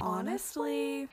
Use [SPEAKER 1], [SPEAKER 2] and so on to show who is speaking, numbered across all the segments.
[SPEAKER 1] honestly.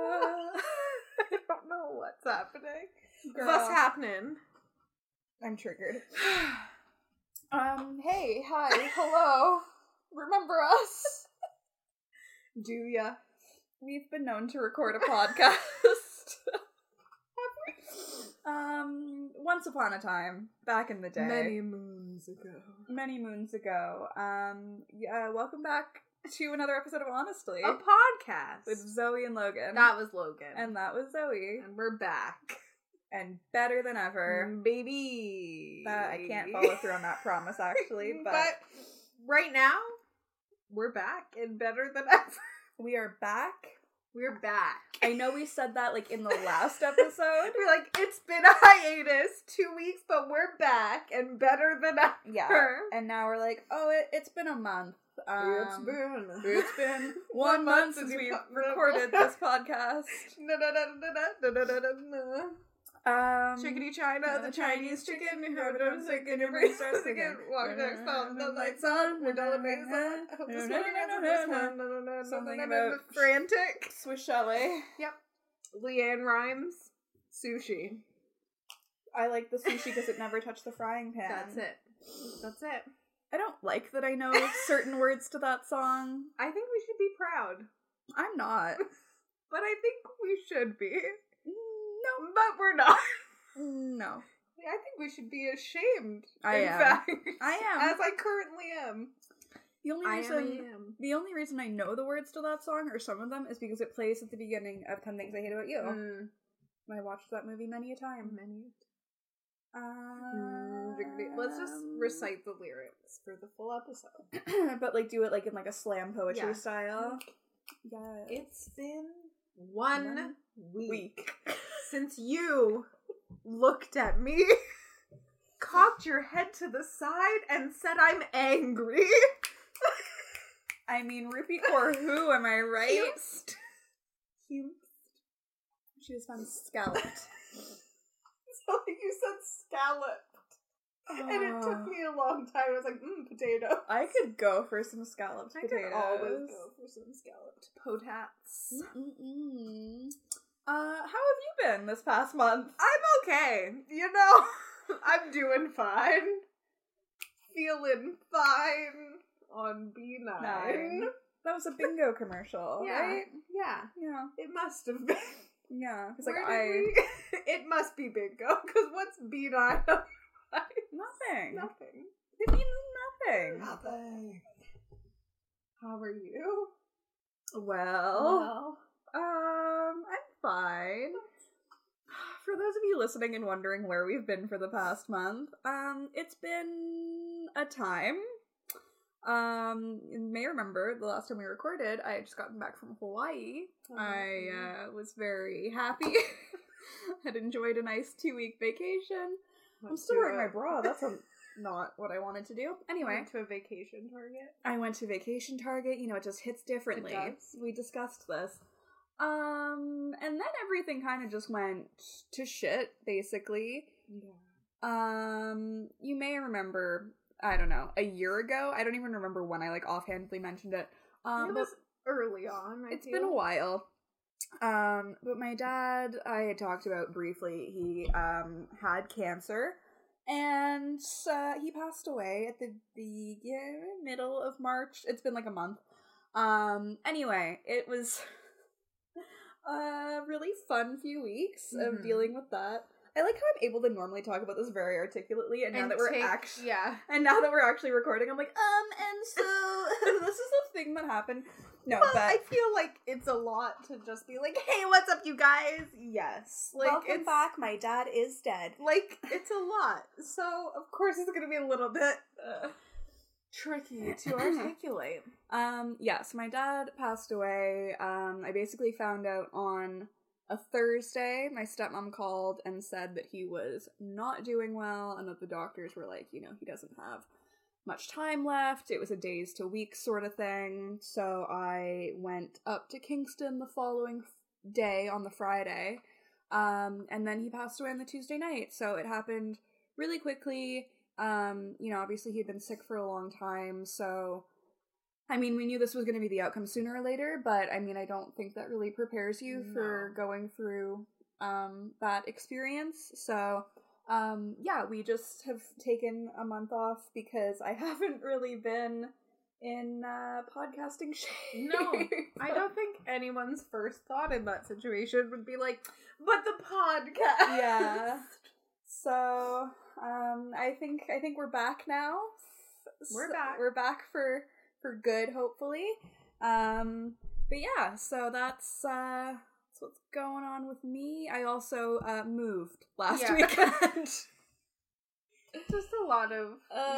[SPEAKER 2] I don't know what's happening. What's happening?
[SPEAKER 1] I'm triggered.
[SPEAKER 2] Um, hey, hi, hello. Remember us?
[SPEAKER 1] Do ya?
[SPEAKER 2] We've been known to record a podcast. um, once upon a time, back in the day,
[SPEAKER 1] Many moons ago.
[SPEAKER 2] many moons ago. Um, yeah, welcome back to another episode of Honestly
[SPEAKER 1] A podcast.
[SPEAKER 2] with Zoe and Logan.
[SPEAKER 1] that was Logan.
[SPEAKER 2] and that was Zoe,
[SPEAKER 1] And we're back.
[SPEAKER 2] and better than ever. Mm.
[SPEAKER 1] Baby. Mm,
[SPEAKER 2] That- I can't follow through on that promise actually, but,
[SPEAKER 1] right now, we're back and better than ever.
[SPEAKER 2] we are back.
[SPEAKER 1] We're back.
[SPEAKER 2] I know we said that like in the last episode.
[SPEAKER 1] We're like, it's been a hiatus, two weeks, but we're back and better than ever.
[SPEAKER 2] Yeah. And now we're like, oh, it, it's been a month. Um,
[SPEAKER 1] been.
[SPEAKER 2] it's been one month since we recorded this podcast.
[SPEAKER 1] No, no, no, no, no, no, no, no,
[SPEAKER 2] Um,
[SPEAKER 1] no. Chickadee China, the Chinese chicken, who have no chicken, your brain starts to get walk next on the lights on, we're done amazing. I hope this morning I know this one. No, no, no, no,
[SPEAKER 2] Something
[SPEAKER 1] no, no,
[SPEAKER 2] about-
[SPEAKER 1] no. frantic.
[SPEAKER 2] Swiss Chalet.
[SPEAKER 1] Leanne rhymes. Sushi.
[SPEAKER 2] I like the sushi because it never touched the frying pan.
[SPEAKER 1] That's it. That's it.
[SPEAKER 2] I don't like that I know certain words to that song.
[SPEAKER 1] I think we should be proud.
[SPEAKER 2] I'm not.
[SPEAKER 1] But I think we should be.
[SPEAKER 2] No.
[SPEAKER 1] But we're not.
[SPEAKER 2] Mm, No.
[SPEAKER 1] I think we should be ashamed.
[SPEAKER 2] I
[SPEAKER 1] in
[SPEAKER 2] am.
[SPEAKER 1] fact,
[SPEAKER 2] I am.
[SPEAKER 1] as I currently am.
[SPEAKER 2] The only reason
[SPEAKER 1] am.
[SPEAKER 2] the only reason I know the words to that song or some of them is because it plays at the beginning of Ten Things I Hate About You.
[SPEAKER 1] Mm.
[SPEAKER 2] And I watched that movie many a time. Many. Mm-hmm. Um,
[SPEAKER 1] Mm, Let's just recite the lyrics for the full episode.
[SPEAKER 2] but like do it like in like a slam poetry
[SPEAKER 1] Yeah.
[SPEAKER 2] style. Yeah.
[SPEAKER 1] It's been one,
[SPEAKER 2] One
[SPEAKER 1] week,
[SPEAKER 2] week.
[SPEAKER 1] since you looked at me, cocked your head to the side, and said, "I'm angry."
[SPEAKER 2] I mean, Rupi or who am I right?
[SPEAKER 1] Cute.
[SPEAKER 2] She was found scalloped.
[SPEAKER 1] So you said scallop, and it
[SPEAKER 2] Ah.
[SPEAKER 1] took me a long time. I was like, mm, potato.
[SPEAKER 2] I could go for some scalloped
[SPEAKER 1] I
[SPEAKER 2] potatoes.
[SPEAKER 1] could always go for some scalloped potats.
[SPEAKER 2] Mm-mm-mm. Uh, how have you been this past month?
[SPEAKER 1] I'm okay. You know, I'm doing fine. Feeling fine on B9.
[SPEAKER 2] That was a bingo commercial,
[SPEAKER 1] Yeah.
[SPEAKER 2] right?
[SPEAKER 1] Yeah.
[SPEAKER 2] Yeah,
[SPEAKER 1] It must have been.
[SPEAKER 2] yeah. Because like
[SPEAKER 1] Where
[SPEAKER 2] I
[SPEAKER 1] did we- it must be bingo, because what's B9?
[SPEAKER 2] nothing.
[SPEAKER 1] Nothing.
[SPEAKER 2] It means nothing.
[SPEAKER 1] Nothing. How are you?
[SPEAKER 2] Well, um, I'm fine. For those of you listening and wondering where we've been for the past month, um, it's been a time. Um, you may remember the last time we recorded, I had just gotten back from Hawaii.
[SPEAKER 1] um,
[SPEAKER 2] I uh, was very happy. had enjoyed a nice two week vacation. I'm still wearing my bra. That's a, not what I wanted to do. Anyway,
[SPEAKER 1] Went to a vacation target.
[SPEAKER 2] I went to Vacation Target. You know, it just hits differently.
[SPEAKER 1] does.
[SPEAKER 2] We discussed this. Um, and then everything kind of just went to shit, basically.
[SPEAKER 1] Yeah.
[SPEAKER 2] Um, you may remember, I don't know, a year ago. I don't even remember when I like offhandedly mentioned it. Um,
[SPEAKER 1] it
[SPEAKER 2] but
[SPEAKER 1] was early on. I
[SPEAKER 2] it's been a
[SPEAKER 1] think.
[SPEAKER 2] while. Um, but my dad, I had talked about briefly. He um had cancer, and uh, he passed away at the the yeah, middle of March. It's been like a month. Um, anyway, it was a really fun few weeks
[SPEAKER 1] Mhm.
[SPEAKER 2] of dealing with that. I like how I'm able to normally talk about this very articulately, and, now
[SPEAKER 1] And
[SPEAKER 2] that we're
[SPEAKER 1] take-
[SPEAKER 2] actually
[SPEAKER 1] yeah.
[SPEAKER 2] and now that we're actually recording, I'm like, um, and so this is the thing that happened. No,
[SPEAKER 1] Well,
[SPEAKER 2] but
[SPEAKER 1] I feel like it's a lot to just be like, "Hey, what's up, you guys?" Yes, like it's
[SPEAKER 2] My dad is dead.
[SPEAKER 1] like it's a lot. So of course it's gonna be a little bit uh, tricky to articulate.
[SPEAKER 2] Um, yeah, so my dad passed away. Um, I basically found out on a Thursday. My stepmom called and said that he was not doing well and that the doctors were like, you know, he doesn't have much time left. It was a days to weeks sort of thing. So I went up to Kingston the following f- day on the Friday. Um, and then he passed away on the Tuesday night. So it happened really quickly. Um, you know, obviously he'd been sick for a long time, so I mean, we knew this was going to be the outcome sooner or later, but I mean, I don't think that really prepares you for
[SPEAKER 1] No.
[SPEAKER 2] going through um, that experience. So, um, yeah, we just have taken a month off because I haven't really been in uh, podcasting shape.
[SPEAKER 1] No, I don't think anyone's first thought in that situation would be like, "But the podcast."
[SPEAKER 2] Yeah. So, um, I think I think we're back now.
[SPEAKER 1] We're
[SPEAKER 2] So-
[SPEAKER 1] back.
[SPEAKER 2] We're back for for good, hopefully. Um, but yeah, so that's uh, that's what's going on with me. I also uh, moved last
[SPEAKER 1] Yeah.
[SPEAKER 2] weekend.
[SPEAKER 1] just a lot of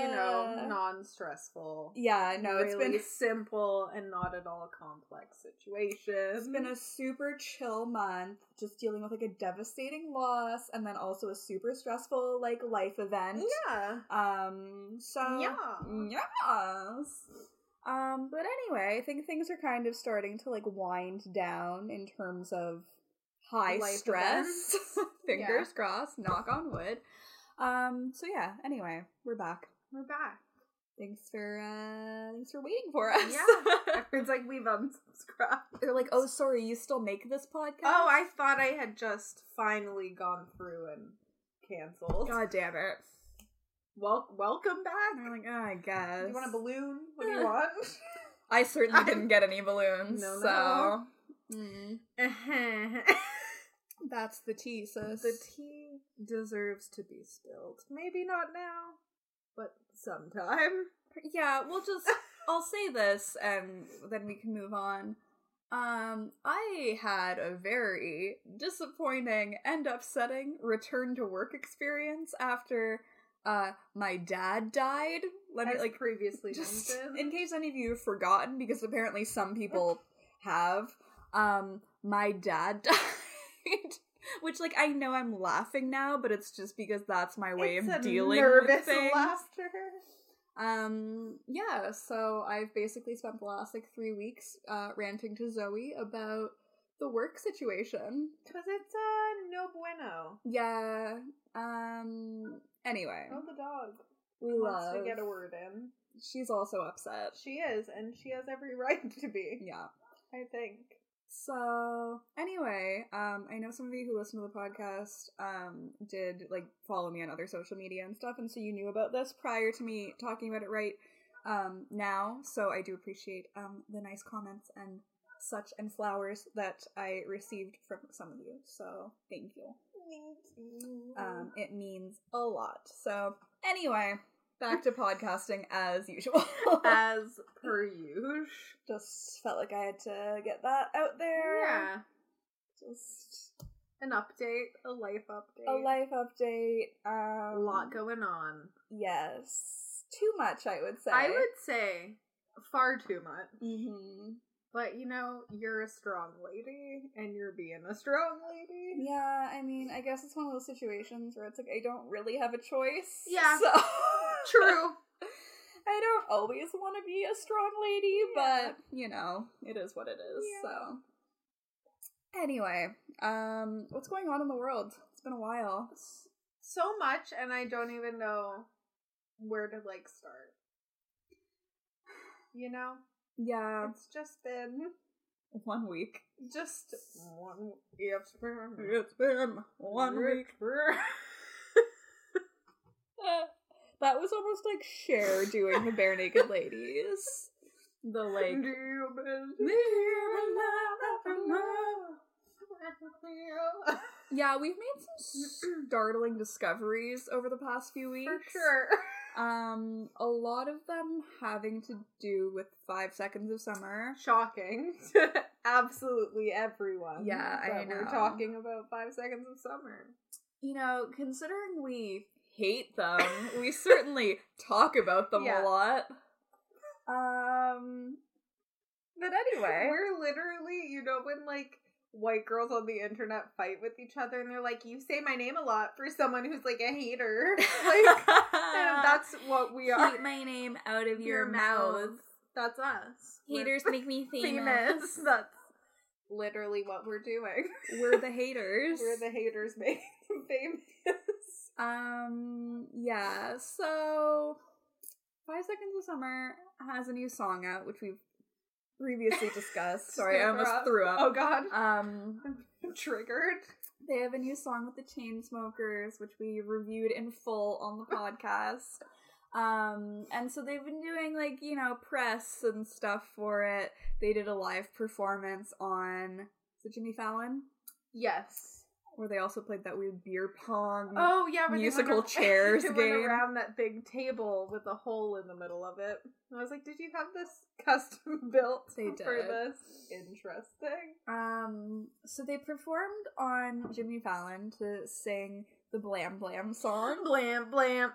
[SPEAKER 1] you know
[SPEAKER 2] Uh,
[SPEAKER 1] non-stressful.
[SPEAKER 2] yeah, no, it's
[SPEAKER 1] really
[SPEAKER 2] been
[SPEAKER 1] simple and not at all complex situation.
[SPEAKER 2] It's been a super chill month, just dealing with like a devastating loss, and then also a super stressful like life event.
[SPEAKER 1] yeah,
[SPEAKER 2] Um, so
[SPEAKER 1] yeah.
[SPEAKER 2] Yes. Um, but anyway, I think things are kind of starting to like wind down in terms of high
[SPEAKER 1] Life
[SPEAKER 2] stress.
[SPEAKER 1] events.
[SPEAKER 2] Fingers crossed, knock on wood. Um, so yeah, anyway, we're back.
[SPEAKER 1] We're back.
[SPEAKER 2] Thanks for uh thanks for waiting for us.
[SPEAKER 1] Yeah. It's like we've unsubscribed.
[SPEAKER 2] They're like, oh sorry, you still make this podcast?
[SPEAKER 1] Oh, I thought I had just finally gone through and canceled.
[SPEAKER 2] God damn it.
[SPEAKER 1] Wel- welcome
[SPEAKER 2] And
[SPEAKER 1] back.
[SPEAKER 2] we're like, oh I guess.
[SPEAKER 1] Do you want a balloon? What do you want?
[SPEAKER 2] I certainly
[SPEAKER 1] I-
[SPEAKER 2] didn't get any balloons.
[SPEAKER 1] No,
[SPEAKER 2] so
[SPEAKER 1] no.
[SPEAKER 2] Mm.
[SPEAKER 1] the
[SPEAKER 2] that's the tea, sis.
[SPEAKER 1] tea deserves to be spilled. Maybe not now, but sometime.
[SPEAKER 2] Yeah, we'll just I'll say this and then we can move on. Um, I had a very disappointing and upsetting return to work experience after uh my dad died. Let me
[SPEAKER 1] As
[SPEAKER 2] like
[SPEAKER 1] previously
[SPEAKER 2] just
[SPEAKER 1] mentioned.
[SPEAKER 2] in case any of you have forgotten because apparently some people have um my dad died. Which like I know I'm laughing now, but it's just because that's my way
[SPEAKER 1] It's
[SPEAKER 2] of
[SPEAKER 1] a
[SPEAKER 2] dealing with
[SPEAKER 1] nervous
[SPEAKER 2] things.
[SPEAKER 1] laughter.
[SPEAKER 2] Um, yeah, so I've basically spent the last like three weeks uh, ranting to Zoe about the work situation.
[SPEAKER 1] Because it's uh, no bueno.
[SPEAKER 2] Yeah. Um, anyway,
[SPEAKER 1] Oh, the dog
[SPEAKER 2] we
[SPEAKER 1] wants
[SPEAKER 2] love.
[SPEAKER 1] to get a word in.
[SPEAKER 2] She's also upset.
[SPEAKER 1] She is, and she has every right to be,
[SPEAKER 2] Yeah.
[SPEAKER 1] I think.
[SPEAKER 2] So anyway, um, I know some of you who listen to the podcast um did like follow me on other social media and stuff, and so you knew about this prior to me talking about it right um now. So I do appreciate um the nice comments and such and flowers that I received from some of you. So thank you. Um, it means a lot. So anyway, back to podcasting as usual.
[SPEAKER 1] As per usual.
[SPEAKER 2] Just felt like I had to get that out there.
[SPEAKER 1] Yeah.
[SPEAKER 2] Just
[SPEAKER 1] An update, a life update.
[SPEAKER 2] a life update. Um,
[SPEAKER 1] A lot going on.
[SPEAKER 2] Yes, too much. I would say.
[SPEAKER 1] I would say far too much.
[SPEAKER 2] hmm
[SPEAKER 1] But you know, you're a strong lady, and you're being a strong lady.
[SPEAKER 2] Yeah, I mean, I guess it's one of those situations where it's like I don't really have a choice.
[SPEAKER 1] Yeah.
[SPEAKER 2] So
[SPEAKER 1] True.
[SPEAKER 2] I don't always want to be a strong lady,
[SPEAKER 1] Yeah.
[SPEAKER 2] but you know, it is what it is.
[SPEAKER 1] Yeah.
[SPEAKER 2] So. Anyway, um, what's going on in the world? It's been a while.
[SPEAKER 1] So much, and I don't even know where to like start. You know,
[SPEAKER 2] Yeah,
[SPEAKER 1] it's just been
[SPEAKER 2] one week.
[SPEAKER 1] just one. You have to remember
[SPEAKER 2] It's been one week. that was almost like Cher doing the bare naked ladies. The like
[SPEAKER 1] Do you believe in love after love?
[SPEAKER 2] Yeah, we've made some startling discoveries over the past few weeks.
[SPEAKER 1] For sure.
[SPEAKER 2] Um, a lot of them having to do with Five Seconds of Summer.
[SPEAKER 1] Shocking to absolutely everyone.
[SPEAKER 2] Yeah, I
[SPEAKER 1] that We're
[SPEAKER 2] know.
[SPEAKER 1] talking about Five Seconds of Summer.
[SPEAKER 2] You know, considering we hate them, we certainly talk about them a
[SPEAKER 1] Yeah.
[SPEAKER 2] lot. Um, but anyway,
[SPEAKER 1] We're literally, you know, when like white girls on the internet fight with each other and they're like, you say my name a lot for someone who's like a hater. Like, and that's what we are.
[SPEAKER 2] Keep my name out of
[SPEAKER 1] Your
[SPEAKER 2] your, mouth.
[SPEAKER 1] mouth. That's us. We're
[SPEAKER 2] Haters make me famous.
[SPEAKER 1] famous. That's literally what we're doing.
[SPEAKER 2] We're the haters.
[SPEAKER 1] We're the haters made famous.
[SPEAKER 2] Um, yeah, so Five Seconds of Summer has a new song out, which we've previously discussed. Sorry, I
[SPEAKER 1] Throw
[SPEAKER 2] almost
[SPEAKER 1] up.
[SPEAKER 2] threw
[SPEAKER 1] Oh
[SPEAKER 2] up.
[SPEAKER 1] god.
[SPEAKER 2] Um,
[SPEAKER 1] I'm triggered.
[SPEAKER 2] they have a new song with the Chainsmokers, which we reviewed in full on the podcast. Um, and so they've been doing like, you know, press and stuff for it. They did a live performance on is it Jimmy Fallon?
[SPEAKER 1] Yes.
[SPEAKER 2] Where they also played that weird beer pong.
[SPEAKER 1] Oh yeah, where they went
[SPEAKER 2] Musical
[SPEAKER 1] ar-
[SPEAKER 2] chairs
[SPEAKER 1] they went
[SPEAKER 2] game.
[SPEAKER 1] around that big table with a hole in the middle of it. And I was like, "Did you have this custom built
[SPEAKER 2] They
[SPEAKER 1] for
[SPEAKER 2] did.
[SPEAKER 1] this?" Interesting.
[SPEAKER 2] Um, so they performed on Jimmy Fallon to sing the Blam Blam song.
[SPEAKER 1] Blam blam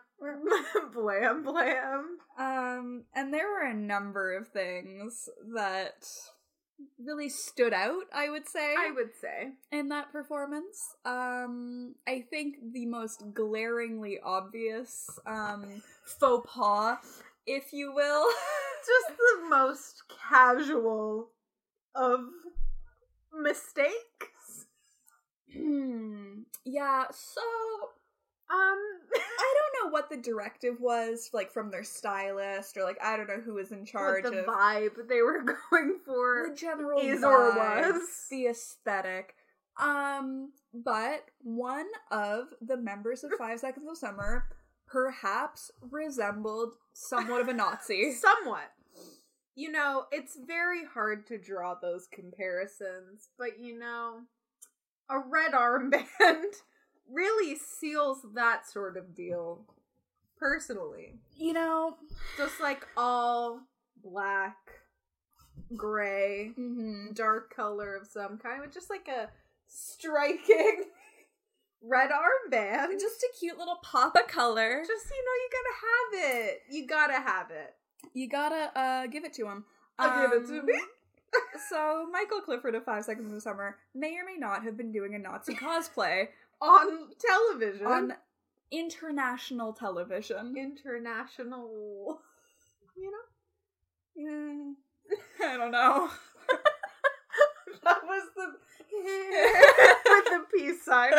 [SPEAKER 1] blam blam.
[SPEAKER 2] Um, and there were a number of things that really stood out, I would say,
[SPEAKER 1] I would say
[SPEAKER 2] in that performance. Um, I think the most glaringly obvious, um, faux pas, if you will.
[SPEAKER 1] just the most casual of mistakes.
[SPEAKER 2] Hmm. yeah, so
[SPEAKER 1] Um.
[SPEAKER 2] I don't know what the directive was, like from their stylist, or like I don't know who was in charge
[SPEAKER 1] Like the
[SPEAKER 2] of
[SPEAKER 1] vibe they were going for
[SPEAKER 2] the general
[SPEAKER 1] is or
[SPEAKER 2] vibe,
[SPEAKER 1] was.
[SPEAKER 2] the aesthetic. Um, but one of the members of Five Seconds of Summer perhaps resembled somewhat of a Nazi.
[SPEAKER 1] somewhat. You know, it's very hard to draw those comparisons, but you know, a red armband really seals that sort of deal personally.
[SPEAKER 2] you know,
[SPEAKER 1] Just like all black, gray,
[SPEAKER 2] mhm.
[SPEAKER 1] dark color of some kind, with just like a striking red armband.
[SPEAKER 2] just a cute little pop of color.
[SPEAKER 1] Just you know, you gotta have it. You gotta have it. Um,
[SPEAKER 2] You gotta uh give it to him. Um,
[SPEAKER 1] I'll give it to me.
[SPEAKER 2] So Michael Clifford of Five Seconds of Summer may or may not have been doing a Nazi cosplay
[SPEAKER 1] On television.
[SPEAKER 2] on international television.
[SPEAKER 1] international. You know,
[SPEAKER 2] Mm, I don't know.
[SPEAKER 1] that was the with the peace sign.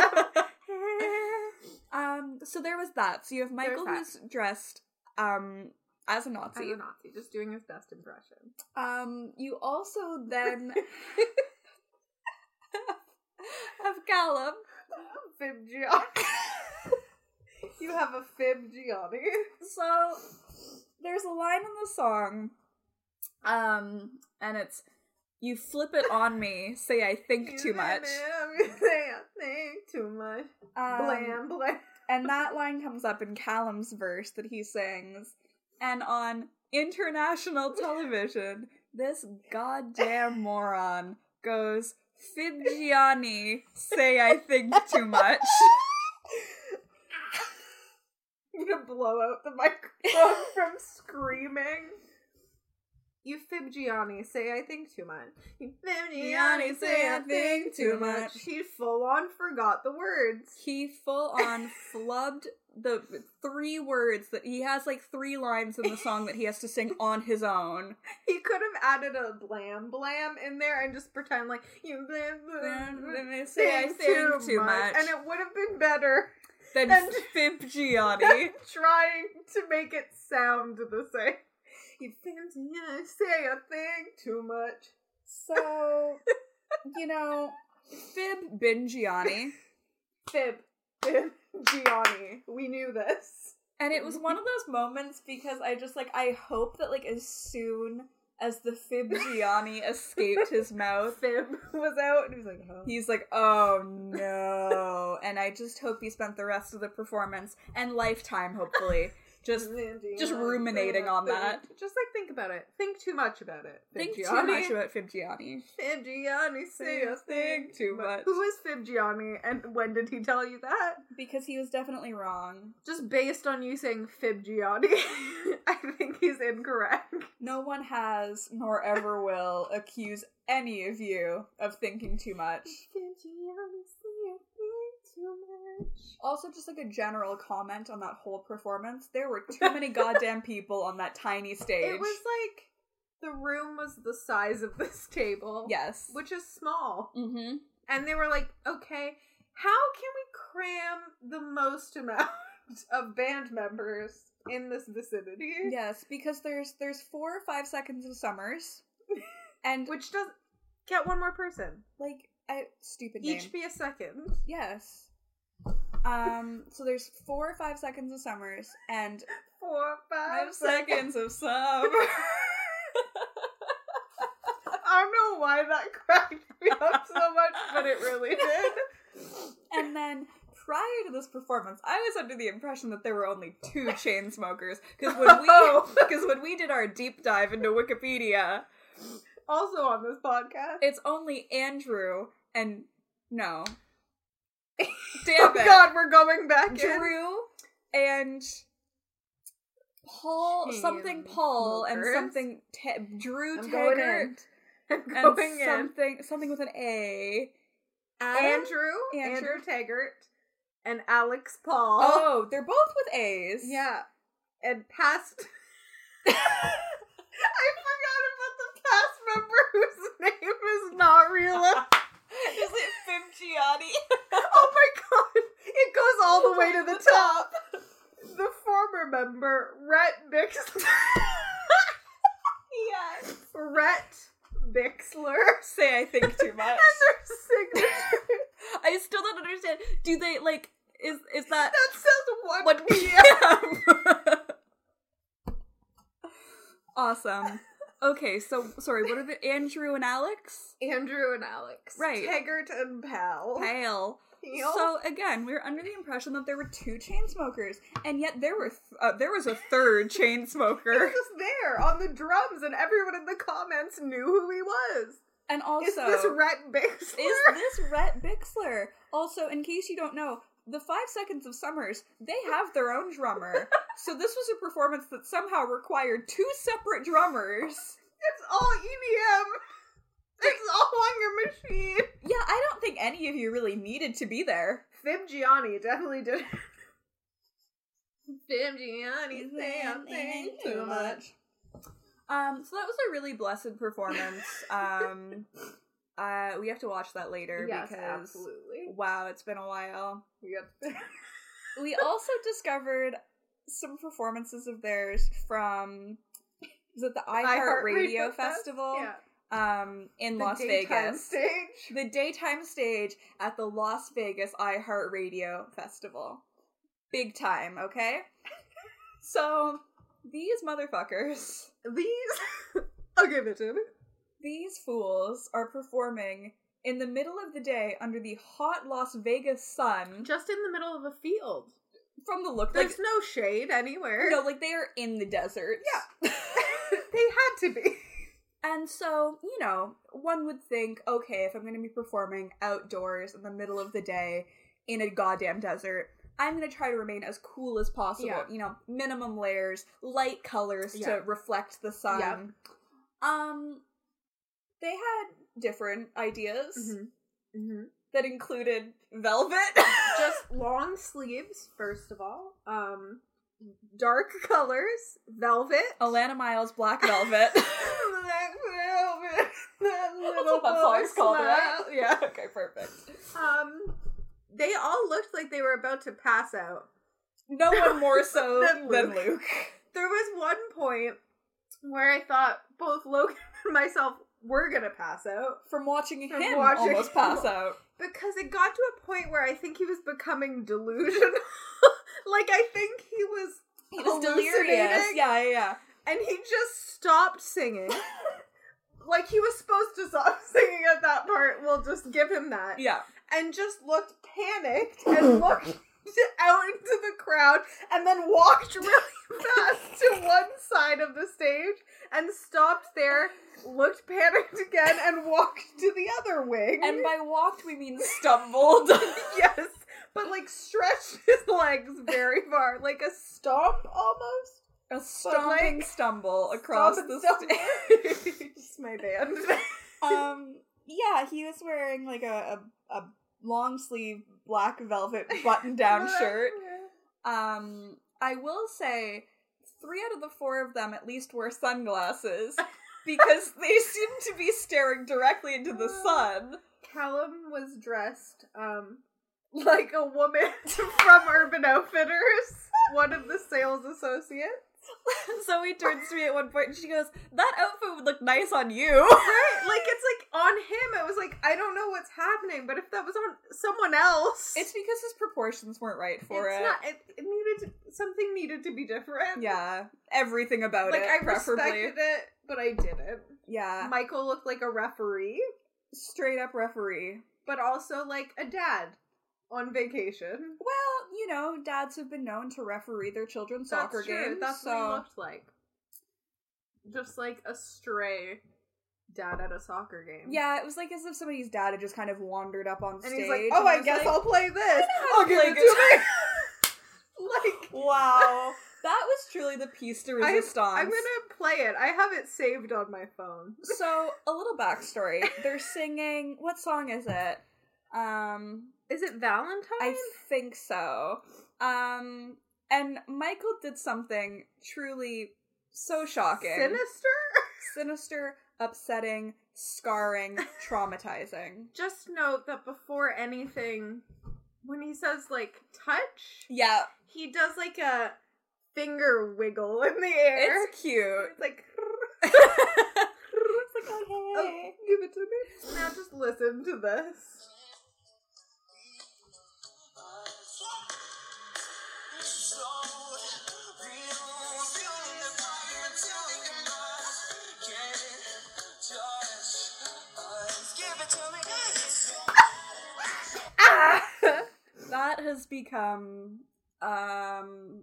[SPEAKER 2] um, so there was that. So you have Michael
[SPEAKER 1] There's
[SPEAKER 2] who's dressed um as a
[SPEAKER 1] As
[SPEAKER 2] Nazi.
[SPEAKER 1] a Nazi, just doing his best impression.
[SPEAKER 2] Um, you also then have Callum.
[SPEAKER 1] Fib Gianni. you have a fib Gianni.
[SPEAKER 2] So there's a line in the song, um, and it's you flip it on me, say I think too much.
[SPEAKER 1] You say I think too much.
[SPEAKER 2] Um,
[SPEAKER 1] blam blam.
[SPEAKER 2] And that line comes up in Callum's verse that he sings. And on international television, this goddamn moron goes, Fibgiani, say I think too much.
[SPEAKER 1] I'm gonna blow out the microphone from screaming. You fib Gianni, say I think too much. You fib Gianni, say I think too much. She full on forgot the words.
[SPEAKER 2] He full on flubbed the three words that he has like three lines in the song that he has to sing on his own.
[SPEAKER 1] He could have added a blam blam in there and just pretend like you blam blam. blam,
[SPEAKER 2] say I think too much.
[SPEAKER 1] and it would have been better
[SPEAKER 2] Then
[SPEAKER 1] and-
[SPEAKER 2] Fibgiani.
[SPEAKER 1] trying to make it sound the same. You fib Gianni, say I think too much.
[SPEAKER 2] So, you know, Fib Bingiani.
[SPEAKER 1] Fib. Fib. Gianni. We knew this.
[SPEAKER 2] And it was one of those moments because I just like I hope that like as soon as the Fib Gianni escaped his mouth,
[SPEAKER 1] Fib was out and he was like, oh.
[SPEAKER 2] he's like, "Oh no!" And I just hope he spent the rest of the performance and lifetime, hopefully, just just ruminating on that.
[SPEAKER 1] Just like think about it. Think too much about it.
[SPEAKER 2] think too
[SPEAKER 1] Fibgiani.
[SPEAKER 2] much about Fibgiani.
[SPEAKER 1] Fibgiani say a thing
[SPEAKER 2] Too
[SPEAKER 1] too
[SPEAKER 2] much.
[SPEAKER 1] much. Who is Fibgiani and when did he tell you that?
[SPEAKER 2] Because he was definitely wrong.
[SPEAKER 1] Just based on you saying Fibgiani, I think he's incorrect.
[SPEAKER 2] No one has, nor ever will, accuse any of you of thinking too much.
[SPEAKER 1] Fibgiani say a thing too much.
[SPEAKER 2] Also, just like a general comment on that whole performance, there were too many goddamn people on that tiny stage.
[SPEAKER 1] It was like the room was the size of this table.
[SPEAKER 2] yes.
[SPEAKER 1] Which is small.
[SPEAKER 2] mm-hmm.
[SPEAKER 1] And they were like, okay, how can we cram the most amount of band members in this vicinity?
[SPEAKER 2] Yes, because there's there's four or five seconds of summers, and
[SPEAKER 1] Which does get one more person.
[SPEAKER 2] like I stupid name.
[SPEAKER 1] Each be a second.
[SPEAKER 2] yes. Um. So there's four or five seconds of summers and
[SPEAKER 1] Four,
[SPEAKER 2] five
[SPEAKER 1] five
[SPEAKER 2] seconds of summer.
[SPEAKER 1] I don't know why that cracked me up so much, but it really did.
[SPEAKER 2] and then prior to this performance, I was under the impression that there were only two chain smokers because when we
[SPEAKER 1] Oh.
[SPEAKER 2] because when we did our deep dive into Wikipedia,
[SPEAKER 1] Also on this podcast.
[SPEAKER 2] it's only Andrew and no.
[SPEAKER 1] Oh
[SPEAKER 2] Damn it.
[SPEAKER 1] god, we're going back in.
[SPEAKER 2] Drew and Paul,
[SPEAKER 1] Shane
[SPEAKER 2] something Paul and
[SPEAKER 1] Wilkers.
[SPEAKER 2] something Ta- Drew
[SPEAKER 1] I'm going
[SPEAKER 2] Taggart
[SPEAKER 1] I'm
[SPEAKER 2] and
[SPEAKER 1] going in.
[SPEAKER 2] something something with an A. Adam?
[SPEAKER 1] Andrew,
[SPEAKER 2] Andrew.
[SPEAKER 1] Andrew, Taggart, and Alex Paul.
[SPEAKER 2] Oh, they're both with A's.
[SPEAKER 1] yeah, and past. I forgot about the past member whose name is not real.
[SPEAKER 2] Is it Fimciani?
[SPEAKER 1] oh my god, it goes all the way to the top. The former member, Rhett Bixler.
[SPEAKER 2] yes.
[SPEAKER 1] Rhett Bixler.
[SPEAKER 2] Say I think too much.
[SPEAKER 1] And their signature.
[SPEAKER 2] I still don't understand. Do they like is is that
[SPEAKER 1] That says one,
[SPEAKER 2] One
[SPEAKER 1] PM.
[SPEAKER 2] awesome? Okay, so sorry, what are the Andrew and Alex?
[SPEAKER 1] Andrew and Alex.
[SPEAKER 2] Right.
[SPEAKER 1] Taggart and Pal.
[SPEAKER 2] Pale.
[SPEAKER 1] Peel.
[SPEAKER 2] So again, we were under the impression that there were two chain smokers, and yet there were th- uh, there was a third chain
[SPEAKER 1] He
[SPEAKER 2] smoker.
[SPEAKER 1] was just there on the drums, and everyone in the comments knew who he was.
[SPEAKER 2] And also,
[SPEAKER 1] Is this Rhett Bixler?
[SPEAKER 2] is this Rhett Bixler? Also, in case you don't know, the Five Seconds of Summers they have their own drummer, so this was a performance that somehow required two separate drummers.
[SPEAKER 1] it's all EDM. It's all on your machine.
[SPEAKER 2] Yeah, I don't think any of you really needed to be there.
[SPEAKER 1] Fib Gianni definitely did. Fib Gianni
[SPEAKER 2] Um, so that was a really blessed performance. Um, uh, we have to watch that later
[SPEAKER 1] Yes,
[SPEAKER 2] because
[SPEAKER 1] absolutely.
[SPEAKER 2] wow, it's been a while.
[SPEAKER 1] Yep.
[SPEAKER 2] We also discovered some performances of theirs from was it the iHeartRadio
[SPEAKER 1] Radio
[SPEAKER 2] Festival
[SPEAKER 1] Yeah.
[SPEAKER 2] um in
[SPEAKER 1] The
[SPEAKER 2] Las
[SPEAKER 1] daytime
[SPEAKER 2] Vegas.
[SPEAKER 1] stage.
[SPEAKER 2] The daytime stage at the Las Vegas iHeartRadio Festival. Big time, okay? so these motherfuckers
[SPEAKER 1] These. I'll give it to me.
[SPEAKER 2] These fools are performing in the middle of the day under the hot Las Vegas sun.
[SPEAKER 1] Just in the middle of a field.
[SPEAKER 2] From the look, like
[SPEAKER 1] There's no shade anywhere.
[SPEAKER 2] no, like they are in the desert.
[SPEAKER 1] Yeah. they had to be.
[SPEAKER 2] and so you know, one would think, okay, if I'm going to be performing outdoors in the middle of the day in a goddamn desert, I'm going to try to remain as cool as possible.
[SPEAKER 1] Yeah.
[SPEAKER 2] You know, minimum layers, light colors
[SPEAKER 1] Yeah.
[SPEAKER 2] to reflect the sun. Um, they had different ideas
[SPEAKER 1] Mm-hmm.
[SPEAKER 2] that included velvet.
[SPEAKER 1] Just long sleeves, first of all. Um, dark colors, velvet.
[SPEAKER 2] Alana Miles Black Velvet.
[SPEAKER 1] Black velvet. That
[SPEAKER 2] That's
[SPEAKER 1] little
[SPEAKER 2] what that song's
[SPEAKER 1] boy
[SPEAKER 2] called, right?
[SPEAKER 1] smile. Yeah.
[SPEAKER 2] Okay, perfect.
[SPEAKER 1] Um, they all looked like they were about to pass out.
[SPEAKER 2] No one more so than,
[SPEAKER 1] Than
[SPEAKER 2] Luke.
[SPEAKER 1] Luke. There was one point where I thought both Logan and myself were gonna pass out
[SPEAKER 2] From watching
[SPEAKER 1] From
[SPEAKER 2] him
[SPEAKER 1] watching
[SPEAKER 2] almost
[SPEAKER 1] him.
[SPEAKER 2] pass out.
[SPEAKER 1] because it got to a point where I think he was becoming delusional. like I think he was
[SPEAKER 2] He was
[SPEAKER 1] was
[SPEAKER 2] delirious.
[SPEAKER 1] hallucinating.
[SPEAKER 2] Yeah, yeah, yeah.
[SPEAKER 1] and he just stopped singing. like he was supposed to stop singing at that part. We'll just give him that.
[SPEAKER 2] Yeah.
[SPEAKER 1] And just looked panicked and looked out into the crowd and then walked really fast to one side of the stage and stopped there, looked panicked again, and walked to the other wing.
[SPEAKER 3] And by walked, we mean stumbled.
[SPEAKER 1] yes, but like stretched his legs very far, like a stomp almost.
[SPEAKER 2] A stomping
[SPEAKER 1] like,
[SPEAKER 2] stumble across
[SPEAKER 1] Stomp
[SPEAKER 2] the
[SPEAKER 1] and stumble.
[SPEAKER 2] stage.
[SPEAKER 1] It's my band.
[SPEAKER 3] um, yeah, he was wearing like a a, a long sleeve black velvet button down shirt.
[SPEAKER 2] Um, I will say three out of the four of them at least wear sunglasses because they seem to be staring directly into the sun.
[SPEAKER 1] Callum was dressed um like a woman from Urban Outfitters, one of the sales associates.
[SPEAKER 2] Zoe turns to me at one point and she goes, That outfit would look nice on you.
[SPEAKER 1] Right, like it's like on him. It was like I don't know what's happening, but if that was on someone else,
[SPEAKER 2] It's because his proportions weren't right for
[SPEAKER 1] it's
[SPEAKER 2] it.
[SPEAKER 1] not. It, it needed to, something needed to be different.
[SPEAKER 2] yeah. Everything about
[SPEAKER 1] like
[SPEAKER 2] it,
[SPEAKER 1] I
[SPEAKER 2] preferably.
[SPEAKER 1] respected it, but I didn't.
[SPEAKER 2] Yeah.
[SPEAKER 1] Michael looked like a referee,
[SPEAKER 2] Straight up referee.
[SPEAKER 1] but also like a dad on vacation.
[SPEAKER 2] Well, you know, dads have been known to referee their children's soccer
[SPEAKER 1] That's true.
[SPEAKER 2] games.
[SPEAKER 1] That's
[SPEAKER 2] so
[SPEAKER 1] what he looked like. Just like a stray dad at a soccer game.
[SPEAKER 2] Yeah, it was like as if somebody's dad had just kind of wandered up on
[SPEAKER 1] And
[SPEAKER 2] stage.
[SPEAKER 1] he's like, oh, I
[SPEAKER 2] was
[SPEAKER 1] guess
[SPEAKER 2] like,
[SPEAKER 1] I'll play this.
[SPEAKER 2] how
[SPEAKER 1] I'll
[SPEAKER 2] to
[SPEAKER 1] give
[SPEAKER 2] play
[SPEAKER 1] it
[SPEAKER 2] guitar."
[SPEAKER 1] to me. like,
[SPEAKER 2] Wow, that was truly the piece de
[SPEAKER 1] I-
[SPEAKER 2] resistance.
[SPEAKER 1] I'm gonna play it. I have it saved on my phone.
[SPEAKER 2] So a little backstory: they're singing. What song is it? Um,
[SPEAKER 1] Is it Valentine?
[SPEAKER 2] I think so. Um, and Michael did something truly so shocking,
[SPEAKER 1] Sinister?
[SPEAKER 2] sinister, upsetting, scarring, traumatizing.
[SPEAKER 1] Just note that before anything, when he says like touch,
[SPEAKER 2] Yeah,
[SPEAKER 1] he does like a finger wiggle in the air.
[SPEAKER 2] it's cute.
[SPEAKER 1] It's like,
[SPEAKER 3] It's like, okay.
[SPEAKER 1] oh, give it to me. Now just listen to this. Ah!
[SPEAKER 2] that has become um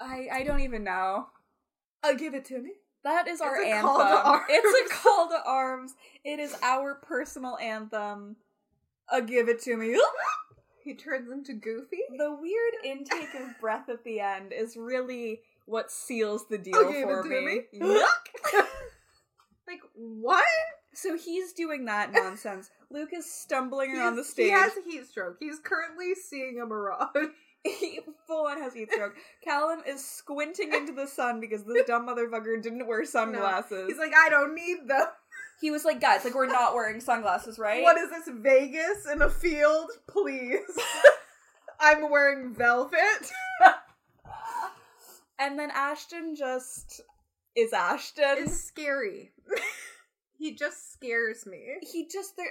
[SPEAKER 2] I I don't even know.
[SPEAKER 1] Uh, give it to me.
[SPEAKER 2] That is our
[SPEAKER 1] It's a
[SPEAKER 2] anthem.
[SPEAKER 1] call to arms.
[SPEAKER 2] It's a call to arms. It is our personal anthem. A give it to me.
[SPEAKER 1] He turns into Goofy.
[SPEAKER 2] The weird intake of breath at the end is really what seals the deal
[SPEAKER 1] give
[SPEAKER 2] for
[SPEAKER 1] Oh, it to
[SPEAKER 2] me.
[SPEAKER 1] me. Like what?
[SPEAKER 2] so he's doing that nonsense. Luke is stumbling around the
[SPEAKER 1] He's-
[SPEAKER 2] stage.
[SPEAKER 1] He has a heat stroke. He's currently seeing a mirage.
[SPEAKER 2] He full on has heat stroke. Callum is squinting into the sun because this dumb motherfucker didn't wear sunglasses.
[SPEAKER 1] He's like, I don't need them.
[SPEAKER 2] he was like, guys, like we're not wearing sunglasses, right?
[SPEAKER 1] What is this Vegas in a field? Please. I'm wearing velvet.
[SPEAKER 2] and then Ashton just is Ashton.
[SPEAKER 1] scary. he just scares me.
[SPEAKER 2] he just there.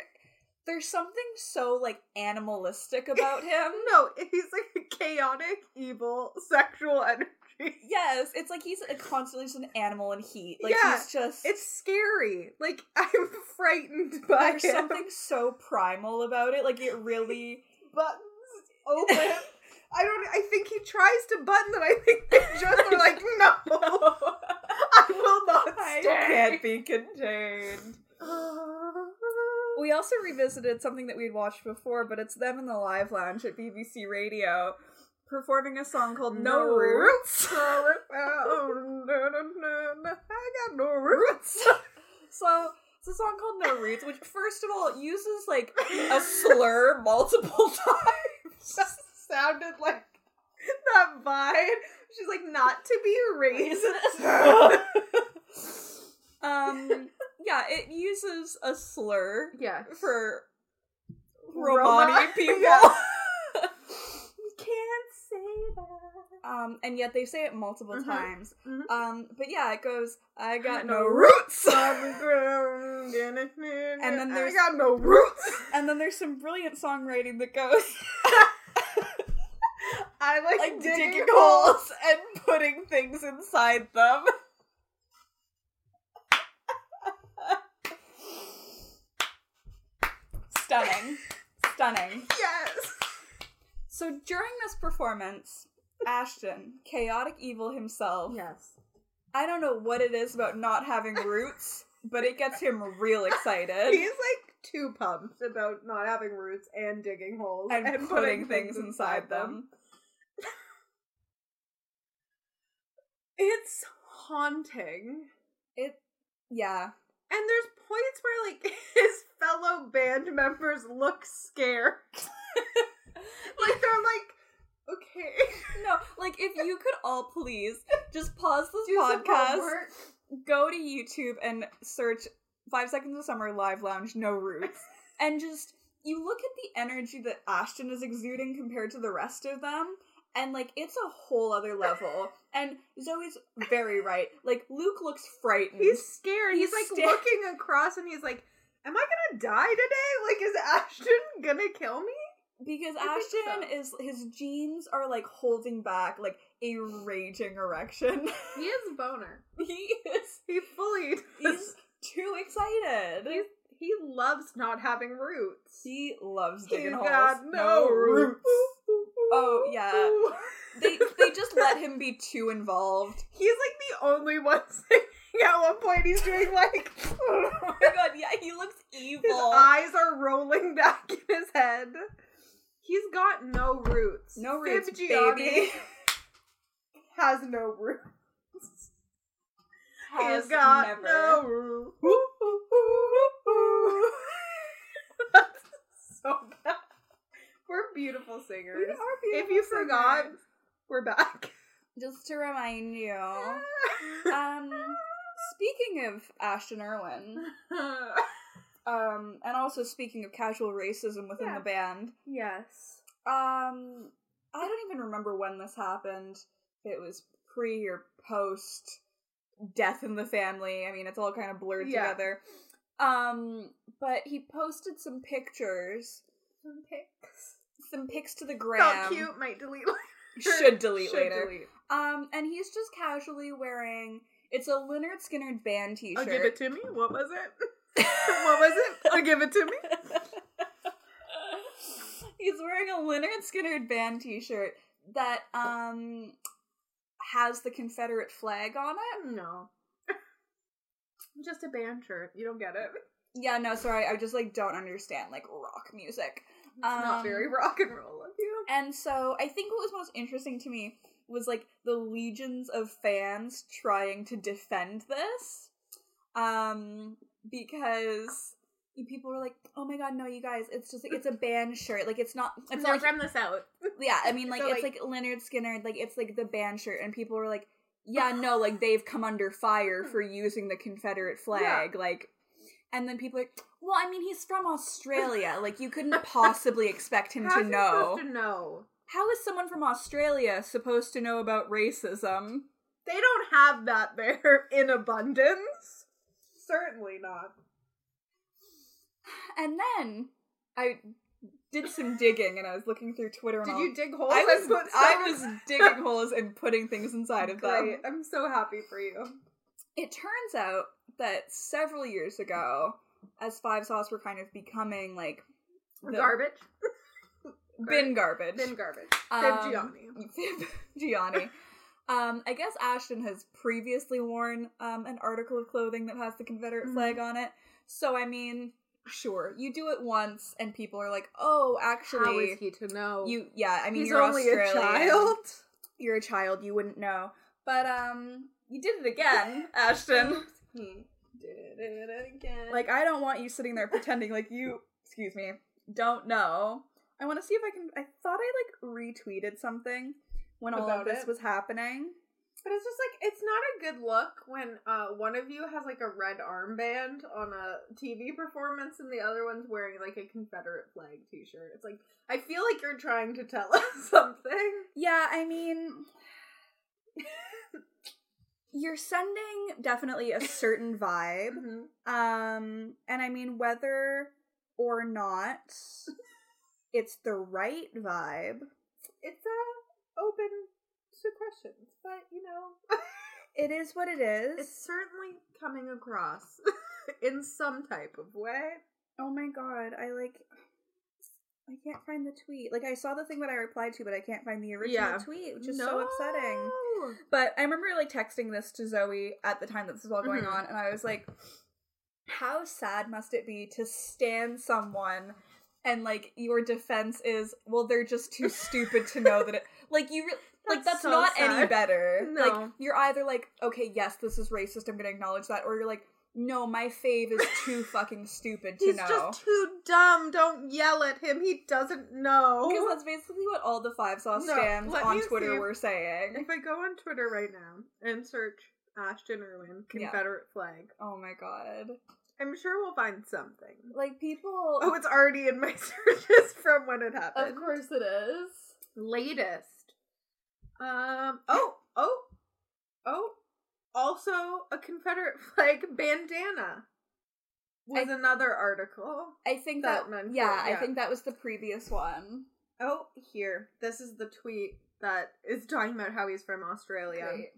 [SPEAKER 2] There's something so like animalistic about him.
[SPEAKER 1] No, he's like a chaotic, evil, sexual energy.
[SPEAKER 2] yes, it's like he's a constantly just an animal in heat. Like
[SPEAKER 1] Yeah,
[SPEAKER 2] he's just
[SPEAKER 1] It's scary. Like I'm frightened by
[SPEAKER 2] there's
[SPEAKER 1] him.
[SPEAKER 2] something so primal about it. Like it really.
[SPEAKER 1] buttons open. I don't. I think he tries to button them. I think they just are like, no, I will not
[SPEAKER 2] I
[SPEAKER 1] stay.
[SPEAKER 2] can't be contained. We also revisited something that we'd watched before, but it's them in the live lounge at BBC Radio performing a song called No, Roots.
[SPEAKER 1] I Oh, got no roots.
[SPEAKER 2] So it's a song called No Roots, which first of all uses like a slur multiple times.
[SPEAKER 1] That sounded like that vibe. She's like, not to be racist.
[SPEAKER 2] Um yeah, it uses a slur
[SPEAKER 1] yeah.
[SPEAKER 2] for
[SPEAKER 1] Roma.
[SPEAKER 2] Romani people.
[SPEAKER 1] Yeah. You can't say that.
[SPEAKER 2] Um, and yet they say it multiple
[SPEAKER 1] Mhm.
[SPEAKER 2] times.
[SPEAKER 1] Mhm.
[SPEAKER 2] Um, but yeah, it goes, I Mm-hmm. got
[SPEAKER 1] No
[SPEAKER 2] no roots.
[SPEAKER 1] and
[SPEAKER 2] then there's-
[SPEAKER 1] I got no roots.
[SPEAKER 2] and then there's some brilliant songwriting that goes
[SPEAKER 1] I like,
[SPEAKER 2] like
[SPEAKER 1] digging,
[SPEAKER 2] digging,
[SPEAKER 1] holes.
[SPEAKER 2] holes and putting things inside them. Stunning. Stunning.
[SPEAKER 1] Yes.
[SPEAKER 2] So during this performance, Ashton, chaotic evil himself,
[SPEAKER 1] Yes.
[SPEAKER 2] I don't know what it is about not having roots, but it gets him real excited.
[SPEAKER 1] He's like too pumped about not having roots and digging holes
[SPEAKER 2] And, putting things inside them.
[SPEAKER 1] It's haunting.
[SPEAKER 2] It, yeah.
[SPEAKER 1] And there's points where like his fellow band members look scared. like they're like, okay,
[SPEAKER 2] No, like if you could all please just pause this
[SPEAKER 1] do some
[SPEAKER 2] podcast,
[SPEAKER 1] homework.
[SPEAKER 2] go to YouTube and search Five Seconds of Summer Live Lounge No Roots, and just you look at the energy that Ashton is exuding compared to the rest of them, and like it's a whole other level. And Zoe's very right. Like Luke looks frightened.
[SPEAKER 1] He's scared. Mm-hmm. He's,
[SPEAKER 2] He's
[SPEAKER 1] like
[SPEAKER 2] sta-
[SPEAKER 1] looking across and he's like, Am I gonna die today? Like, is Ashton gonna kill me?
[SPEAKER 2] because
[SPEAKER 1] I think
[SPEAKER 2] Ashton is his jeans are like holding back like a raging erection.
[SPEAKER 1] He is a boner.
[SPEAKER 2] he is
[SPEAKER 1] He fully
[SPEAKER 2] he's too excited.
[SPEAKER 1] He's- he loves not having roots.
[SPEAKER 2] He loves
[SPEAKER 1] He's
[SPEAKER 2] digging holes.
[SPEAKER 1] got no roots.
[SPEAKER 2] Oh, yeah. they they just let him be too involved.
[SPEAKER 1] He's like the only one singing. At one point, he's doing like
[SPEAKER 2] Oh my god, yeah, he looks evil.
[SPEAKER 1] his eyes are rolling back in his head. He's got no roots.
[SPEAKER 2] no
[SPEAKER 1] Fib
[SPEAKER 2] roots,
[SPEAKER 1] Gianni
[SPEAKER 2] baby.
[SPEAKER 1] has no roots.
[SPEAKER 2] Has
[SPEAKER 1] He's got
[SPEAKER 2] never.
[SPEAKER 1] no roots. That's so bad. We're beautiful
[SPEAKER 2] We
[SPEAKER 1] singers.
[SPEAKER 2] are
[SPEAKER 1] If
[SPEAKER 2] beautiful
[SPEAKER 1] you forgot,
[SPEAKER 2] singers.
[SPEAKER 1] we're back.
[SPEAKER 2] just to remind you. Um, speaking of Ashton Irwin, um, and also speaking of casual racism within
[SPEAKER 1] Yeah.
[SPEAKER 2] the band,
[SPEAKER 1] yes.
[SPEAKER 2] um, I don't even remember when this happened. If it was pre or post death in the family. I mean, it's all kind of blurred
[SPEAKER 1] Yeah.
[SPEAKER 2] together. Um, but he posted some pictures,
[SPEAKER 1] Some pics.
[SPEAKER 2] some pics to the
[SPEAKER 1] Felt
[SPEAKER 2] gram.
[SPEAKER 1] cute. Might delete later.
[SPEAKER 2] Should delete
[SPEAKER 1] Should
[SPEAKER 2] later.
[SPEAKER 1] delete.
[SPEAKER 2] Um, and he's just casually wearing. It's a Leonard Skinner band T-shirt.
[SPEAKER 1] Oh, give it to me. What was it? what was it? Oh, give it to me.
[SPEAKER 2] He's wearing a Leonard Skinner band T-shirt that um has the Confederate flag on it.
[SPEAKER 1] No. Just a band shirt. You don't get it.
[SPEAKER 2] Yeah, no, sorry, I just like don't understand like rock music.
[SPEAKER 1] It's not
[SPEAKER 2] Um,
[SPEAKER 1] very rock and roll of you.
[SPEAKER 2] And so I think what was most interesting to me was like the legions of fans trying to defend this. Um because people were like, "Oh my god, no you guys, it's just like it's a band shirt. Like it's not it's not like,
[SPEAKER 1] this out.
[SPEAKER 2] yeah, I mean like
[SPEAKER 1] So,
[SPEAKER 2] it's
[SPEAKER 1] like-
[SPEAKER 2] like Leonard Skinner, like it's like the band shirt and people were like, "Yeah, no, like they've come under fire
[SPEAKER 1] Hmm.
[SPEAKER 2] for using the Confederate flag." Like and then people are like, "Well, I mean, he's from Australia. Like you couldn't possibly expect him to know."
[SPEAKER 1] to know.
[SPEAKER 2] How is someone from Australia supposed to know about racism?
[SPEAKER 1] They don't have that there in abundance. Certainly not.
[SPEAKER 2] And then I did some digging and I was looking through Twitter and
[SPEAKER 1] Did
[SPEAKER 2] all.
[SPEAKER 1] you dig holes?
[SPEAKER 2] I
[SPEAKER 1] and
[SPEAKER 2] was
[SPEAKER 1] put
[SPEAKER 2] I
[SPEAKER 1] stuff
[SPEAKER 2] was digging holes and putting things inside
[SPEAKER 1] in?
[SPEAKER 2] of them.
[SPEAKER 1] Great. I'm so happy for you.
[SPEAKER 2] It turns out that several years ago, as Five Sauce were kind of becoming like the
[SPEAKER 1] Garbage.
[SPEAKER 2] bin garbage,
[SPEAKER 1] Bin garbage.
[SPEAKER 2] um,
[SPEAKER 1] Fib Gianni.
[SPEAKER 2] Fib Gianni. Um, I guess Ashton has previously worn um, an article of clothing that has the Confederate
[SPEAKER 1] Mhm.
[SPEAKER 2] flag on it. So, I mean, sure, you do it once and people are like, oh, actually,
[SPEAKER 1] he to know?
[SPEAKER 2] you, yeah, I mean,
[SPEAKER 1] He's
[SPEAKER 2] you're
[SPEAKER 1] only
[SPEAKER 2] Australian.
[SPEAKER 1] a child.
[SPEAKER 2] You're a child, you wouldn't know. But um, you did it again, Ashton.
[SPEAKER 1] He did it again.
[SPEAKER 2] like, I don't want you sitting there pretending like you, excuse me, don't know. I want to see if I can, I thought I like retweeted something when all
[SPEAKER 1] About
[SPEAKER 2] of this
[SPEAKER 1] it?
[SPEAKER 2] was happening.
[SPEAKER 1] But it's just like it's not a good look when uh, one of you has like a red armband on a TV performance and the other one's wearing like a Confederate flag T-shirt. It's like I feel like you're trying to tell us something.
[SPEAKER 2] Yeah, I mean, you're sending definitely a certain vibe. Um, and I mean, whether or not it's the right vibe,
[SPEAKER 1] It's uh, open to questions, but you know,
[SPEAKER 2] it is what it is.
[SPEAKER 1] it's certainly coming across in some type of way.
[SPEAKER 2] oh my god, I like. I can't find the tweet. Like I saw the thing that I replied to, but I can't find the original
[SPEAKER 1] Yeah.
[SPEAKER 2] tweet, which is so upsetting.
[SPEAKER 1] No.
[SPEAKER 2] But I remember like texting this to Zoe at the time that this was all going
[SPEAKER 1] Mhm.
[SPEAKER 2] on, and I was like, "How sad must it be to stand someone?" And like your defense is, well, they're just too stupid to know that it. Like you, re- like that's
[SPEAKER 1] That's so
[SPEAKER 2] not any
[SPEAKER 1] sad.
[SPEAKER 2] better. Like
[SPEAKER 1] No.
[SPEAKER 2] you're either like, okay, yes, this is racist. I'm gonna acknowledge that, or you're like, no, my fave is too fucking stupid to
[SPEAKER 1] He's
[SPEAKER 2] know.
[SPEAKER 1] just too dumb. Don't yell at him. He doesn't
[SPEAKER 2] Because
[SPEAKER 1] know.
[SPEAKER 2] that's basically what all the five sauce
[SPEAKER 1] Oh. No,
[SPEAKER 2] stands
[SPEAKER 1] let
[SPEAKER 2] on
[SPEAKER 1] me
[SPEAKER 2] Twitter
[SPEAKER 1] see.
[SPEAKER 2] were saying.
[SPEAKER 1] If I go on Twitter right now and search Ashton Irwin
[SPEAKER 2] Yeah.
[SPEAKER 1] Confederate flag,
[SPEAKER 2] Oh my god.
[SPEAKER 1] I'm sure we'll find something.
[SPEAKER 2] Like people
[SPEAKER 1] Oh, it's already in my searches from when it happened.
[SPEAKER 2] Of course it is.
[SPEAKER 1] Latest. Um. Oh. Oh. Oh. Also, a Confederate flag bandana was
[SPEAKER 2] I-
[SPEAKER 1] another article.
[SPEAKER 2] I think that,
[SPEAKER 1] That meant
[SPEAKER 2] yeah,
[SPEAKER 1] for-
[SPEAKER 2] I
[SPEAKER 1] yeah.
[SPEAKER 2] think that was the previous one.
[SPEAKER 1] Oh, here. This is the tweet that is talking about how he's from Australia.
[SPEAKER 2] Great.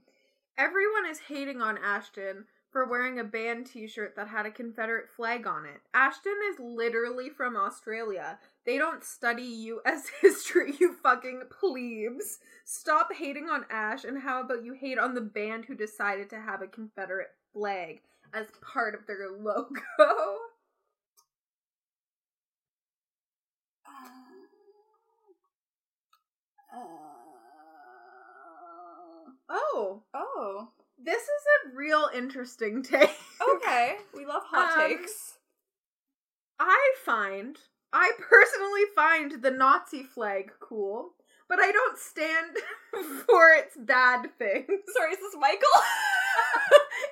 [SPEAKER 1] Everyone is hating on Ashton for wearing a band t-shirt that had a Confederate flag on it. Ashton is literally from Australia. They don't study US history, you fucking plebes. Stop hating on Ash and how about you hate on the band who decided to have a Confederate flag as part of their logo?
[SPEAKER 2] Uh, uh,
[SPEAKER 1] Oh,
[SPEAKER 2] oh.
[SPEAKER 1] this is a real interesting take.
[SPEAKER 2] Okay. We love hot
[SPEAKER 1] Um,
[SPEAKER 2] takes.
[SPEAKER 1] I find, I personally find the Nazi flag cool, but I don't stand for its bad things.
[SPEAKER 2] Sorry, is this Michael?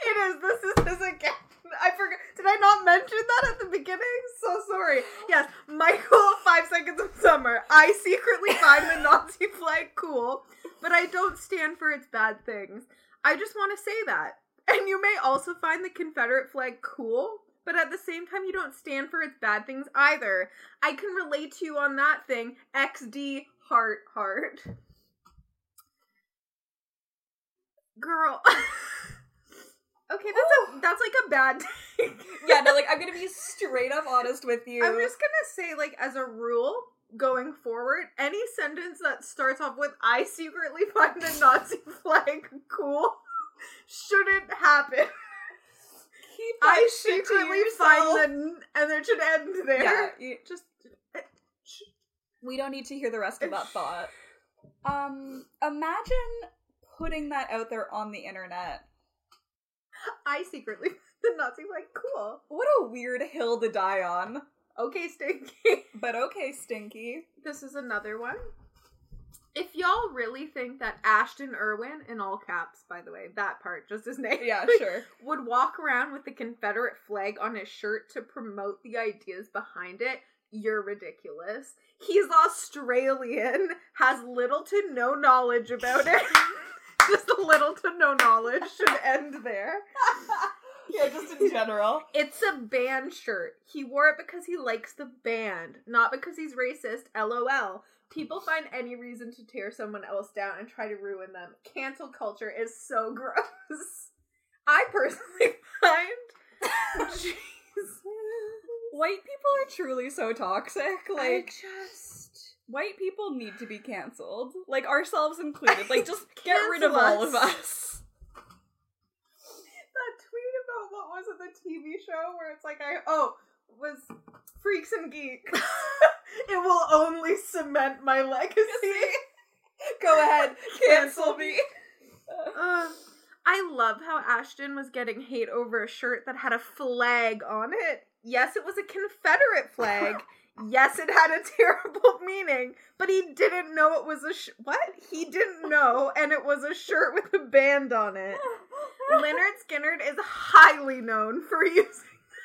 [SPEAKER 1] it is, this is this again. I forgot. Did I not mention that at the beginning? So sorry. Yes, Michael, Five Seconds of Summer. I secretly find the Nazi flag cool, but I don't stand for its bad things. I just want to say that. And you may also find the Confederate flag cool, but at the same time, you don't stand for its bad things either. I can relate to you on that thing. XD heart heart. Girl. okay, that's a that's like a bad take.
[SPEAKER 2] yeah, no, like I'm gonna be straight up honest with you.
[SPEAKER 1] I'm just gonna say, like, as a rule, going forward, any sentence that starts off with "I secretly find the Nazi flag cool" shouldn't happen.
[SPEAKER 2] Keep that
[SPEAKER 1] I
[SPEAKER 2] shit to
[SPEAKER 1] secretly
[SPEAKER 2] yourself.
[SPEAKER 1] find the, and it should end there.
[SPEAKER 2] Yeah, you-
[SPEAKER 1] Just
[SPEAKER 2] We don't need to hear the rest of that thought. Um, imagine putting that out there on the internet.
[SPEAKER 1] I secretly find the Nazi flag cool.
[SPEAKER 2] What a weird hill to die on.
[SPEAKER 1] Okay, Stinky.
[SPEAKER 2] But okay, Stinky.
[SPEAKER 1] This is another one. If y'all really think that Ashton Irwin, in all caps, by the way, that part, just his name.
[SPEAKER 2] Yeah, sure.
[SPEAKER 1] would walk around with the Confederate flag on his shirt to promote the ideas behind it, you're ridiculous. He's Australian, has little to no knowledge about it. Just little to no knowledge should end there.
[SPEAKER 2] yeah, just in general.
[SPEAKER 1] It's a band shirt. He wore it because he likes the band, not because he's racist. LOL. People find any reason to tear someone else down and try to ruin them. Cancel culture is so gross. I personally find. Jeez.
[SPEAKER 2] White people are truly so toxic.
[SPEAKER 1] I
[SPEAKER 2] Like,
[SPEAKER 1] just.
[SPEAKER 2] white people need to be canceled. Like, ourselves included. Like, just get rid of
[SPEAKER 1] Cancel
[SPEAKER 2] all of
[SPEAKER 1] us.
[SPEAKER 2] us.
[SPEAKER 1] That tweet about what was it, the TV show where it's like, I. Oh, was Freaks and Geeks. it will only cement my legacy.
[SPEAKER 2] Go ahead, cancel me.
[SPEAKER 1] Ugh. I love how Ashton was getting hate over a shirt that had a flag on it. Yes, it was a Confederate flag. yes, it had a terrible meaning, but he didn't know it was a sh- what? He didn't know, and it was a shirt with a band on it. Leonard Skinnard is highly known for using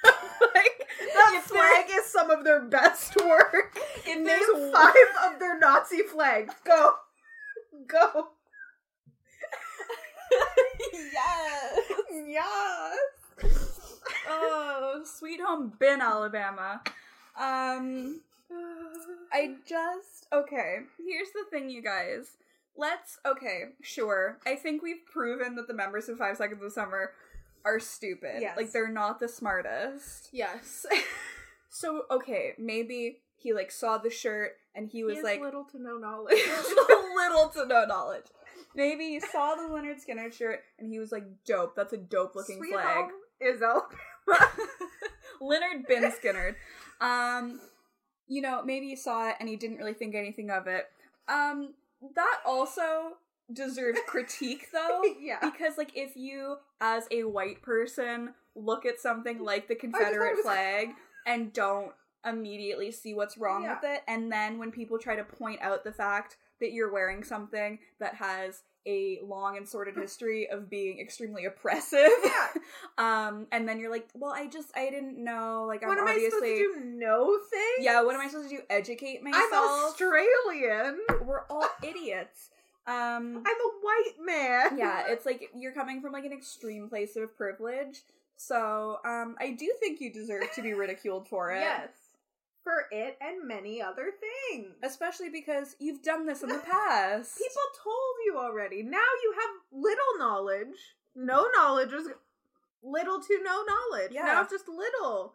[SPEAKER 1] like that
[SPEAKER 2] If there-
[SPEAKER 1] flag is some of their best work.
[SPEAKER 2] In
[SPEAKER 1] There's
[SPEAKER 2] this one.
[SPEAKER 1] five of their Nazi flags. Go, go.
[SPEAKER 2] yes.
[SPEAKER 1] Yes.
[SPEAKER 2] Oh, sweet home bin, Alabama. Um, I just okay. Here's the thing, you guys. Let's okay, sure. I think we've proven that the members of Five Seconds of Summer are stupid.
[SPEAKER 1] Yes.
[SPEAKER 2] Like they're not the smartest.
[SPEAKER 1] Yes.
[SPEAKER 2] So okay, maybe He like saw the shirt and he was
[SPEAKER 1] has
[SPEAKER 2] like
[SPEAKER 1] little to no knowledge.
[SPEAKER 2] little to no knowledge. Maybe he saw the Leonard Skinner shirt and he was like, "Dope, that's a dope looking
[SPEAKER 1] Sweet
[SPEAKER 2] flag."
[SPEAKER 1] Home is Alabama.
[SPEAKER 2] Leonard Ben Skinner. Um, you know, maybe he saw it and he didn't really think anything of it. Um, that also deserves critique though.
[SPEAKER 1] yeah.
[SPEAKER 2] Because like if you as a white person look at something like the
[SPEAKER 1] thought it
[SPEAKER 2] Confederate
[SPEAKER 1] was-
[SPEAKER 2] flag and don't immediately see what's wrong
[SPEAKER 1] Yeah.
[SPEAKER 2] with it and then when people try to point out the fact that you're wearing something that has a long and sordid history of being extremely oppressive
[SPEAKER 1] Yeah.
[SPEAKER 2] um and then you're like well i just i didn't know like i'm
[SPEAKER 1] What am I
[SPEAKER 2] obviously
[SPEAKER 1] supposed to do? No thing?
[SPEAKER 2] yeah what am i supposed to do educate
[SPEAKER 1] I'm
[SPEAKER 2] myself
[SPEAKER 1] Australian.
[SPEAKER 2] we're all idiots um
[SPEAKER 1] I'm a white man.
[SPEAKER 2] yeah it's like you're coming from like an extreme place of privilege so um i do think you deserve to be ridiculed for it
[SPEAKER 1] Yes. For it and many other things.
[SPEAKER 2] especially because you've done this in the past
[SPEAKER 1] People told you already. Now you have little knowledge. No knowledge is little to no knowledge.
[SPEAKER 2] Yeah.
[SPEAKER 1] Now it's just little.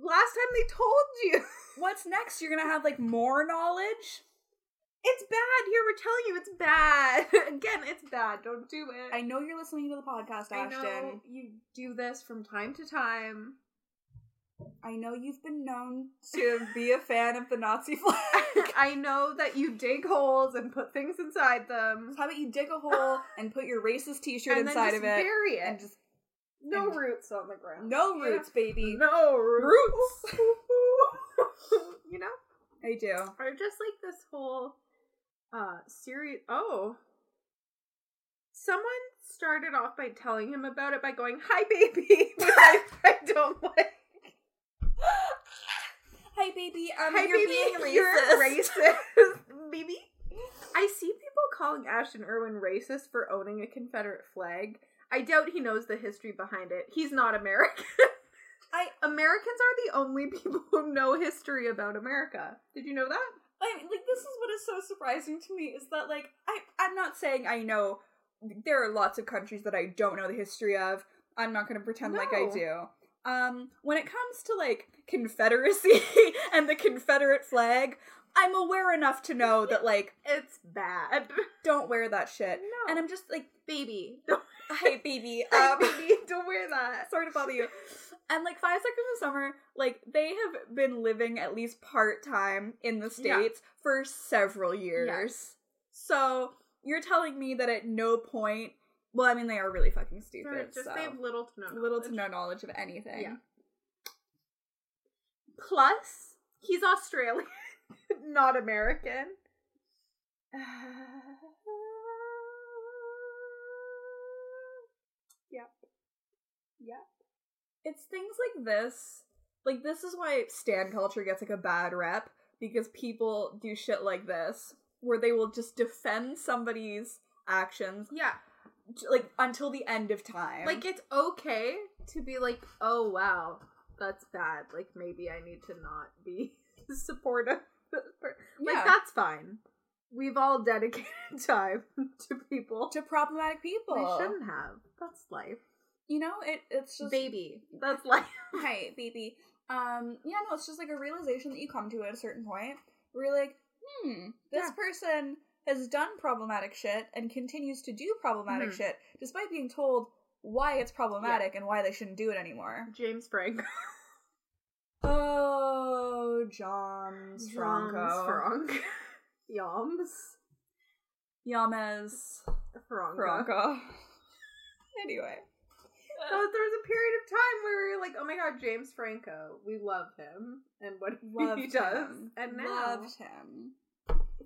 [SPEAKER 1] Last time they told you.
[SPEAKER 2] what's next you're gonna have like more knowledge
[SPEAKER 1] It's bad. Here we're telling you it's bad. Again, it's bad. Don't do it.
[SPEAKER 2] i know you're listening to the podcast
[SPEAKER 1] I
[SPEAKER 2] ashton
[SPEAKER 1] know you do this from time to time.
[SPEAKER 2] I know you've been known to be a fan of the nazi flag
[SPEAKER 1] I know that you dig holes and put things inside them.
[SPEAKER 2] How about you dig a hole and put your racist T-shirt
[SPEAKER 1] and
[SPEAKER 2] inside
[SPEAKER 1] then
[SPEAKER 2] of
[SPEAKER 1] just
[SPEAKER 2] it,
[SPEAKER 1] bury it.
[SPEAKER 2] and just
[SPEAKER 1] no
[SPEAKER 2] and-
[SPEAKER 1] roots on the ground.
[SPEAKER 2] no
[SPEAKER 1] Yeah.
[SPEAKER 2] roots, baby.
[SPEAKER 1] No roots. you know,
[SPEAKER 2] I do.
[SPEAKER 1] or just like this whole uh series. Oh, someone started off by telling him about it by going, "Hi, baby," which I, I don't like.
[SPEAKER 2] Hi, baby. Um,
[SPEAKER 1] Hi,
[SPEAKER 2] you're
[SPEAKER 1] baby,
[SPEAKER 2] being
[SPEAKER 1] you're
[SPEAKER 2] racist.
[SPEAKER 1] racist, baby. I see people calling Ashton Irwin racist for owning a Confederate flag. I doubt he knows the history behind it. He's not American.
[SPEAKER 2] I-
[SPEAKER 1] Americans are the only people who know history about America. Did you know that?
[SPEAKER 2] I mean, like this is what is so surprising to me is that like I I'm not saying I know. There are lots of countries that I don't know the history of. I'm not going to pretend like I
[SPEAKER 1] No.
[SPEAKER 2] do. Um, when it comes to like Confederacy and the Confederate flag, I'm aware enough to know that like
[SPEAKER 1] It's bad.
[SPEAKER 2] don't wear that shit.
[SPEAKER 1] No.
[SPEAKER 2] And I'm just like,
[SPEAKER 1] baby. Don't,
[SPEAKER 2] hi, baby.
[SPEAKER 1] Hi,
[SPEAKER 2] Um,
[SPEAKER 1] baby. Don't wear that.
[SPEAKER 2] sorry to bother you. And like five seconds of summer, like they have been living at least part time in the
[SPEAKER 1] Yeah.
[SPEAKER 2] states for several years. So you're telling me that at no point, well, I mean they are really fucking stupid.
[SPEAKER 1] They're just
[SPEAKER 2] so
[SPEAKER 1] they have little to no
[SPEAKER 2] little
[SPEAKER 1] knowledge.
[SPEAKER 2] to no knowledge of anything.
[SPEAKER 1] Yeah. Plus, he's Australian, not American.
[SPEAKER 2] It's things like this. Like this is why stan culture gets like a bad rep because people do shit like this where they will just defend somebody's actions
[SPEAKER 1] Yeah,
[SPEAKER 2] t- like until the end of time.
[SPEAKER 1] like it's okay to be like, oh wow, that's bad. Like maybe I need to not be supportive. Like
[SPEAKER 2] Yeah.
[SPEAKER 1] that's fine. We've all dedicated time to people.
[SPEAKER 2] to problematic people.
[SPEAKER 1] We shouldn't have. That's life,
[SPEAKER 2] You know, it it's just
[SPEAKER 1] baby. That's life.
[SPEAKER 2] right, baby. Um, yeah, no, it's just like a realization that you come to at a certain point where you're like, hmm, this
[SPEAKER 1] Yeah.
[SPEAKER 2] person has done problematic shit and continues to do problematic
[SPEAKER 1] Mhm.
[SPEAKER 2] shit despite being told why it's problematic and why they shouldn't do it anymore.
[SPEAKER 1] James Franco.
[SPEAKER 2] Oh, John Franco.
[SPEAKER 1] Franco. Yums.
[SPEAKER 2] Yames
[SPEAKER 1] Franco.
[SPEAKER 2] Franco. anyway.
[SPEAKER 1] So there was a period of time where we were like, "Oh my god, James Franco, we love him and what
[SPEAKER 2] Loved
[SPEAKER 1] he does."
[SPEAKER 2] him.
[SPEAKER 1] And now
[SPEAKER 2] Loved him.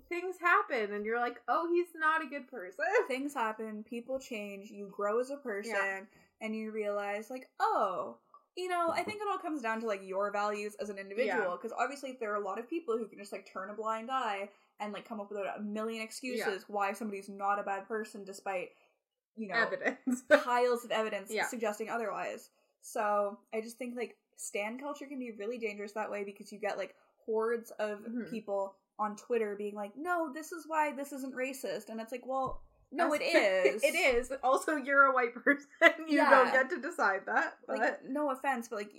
[SPEAKER 1] things happen, and you're like, "Oh, he's not a good person."
[SPEAKER 2] things happen, people change, you grow as a person,
[SPEAKER 1] Yeah.
[SPEAKER 2] and you realize, like, oh, you know, I think it all comes down to like your values as an individual. Because obviously, there are a lot of people who can just like turn a blind eye and like come up with a million excuses why somebody's not a bad person despite, you know,
[SPEAKER 1] Evidence.
[SPEAKER 2] piles of evidence
[SPEAKER 1] Yeah.
[SPEAKER 2] suggesting otherwise. So I just think like stan culture can be really dangerous that way because you get like hordes of
[SPEAKER 1] Mhm.
[SPEAKER 2] people on Twitter being like, "No, this is why this isn't racist," and it's like, well, no, it is.
[SPEAKER 1] it is. Also, you're a white person. You
[SPEAKER 2] Yeah.
[SPEAKER 1] don't get to decide that. But
[SPEAKER 2] Like, no offense, but like,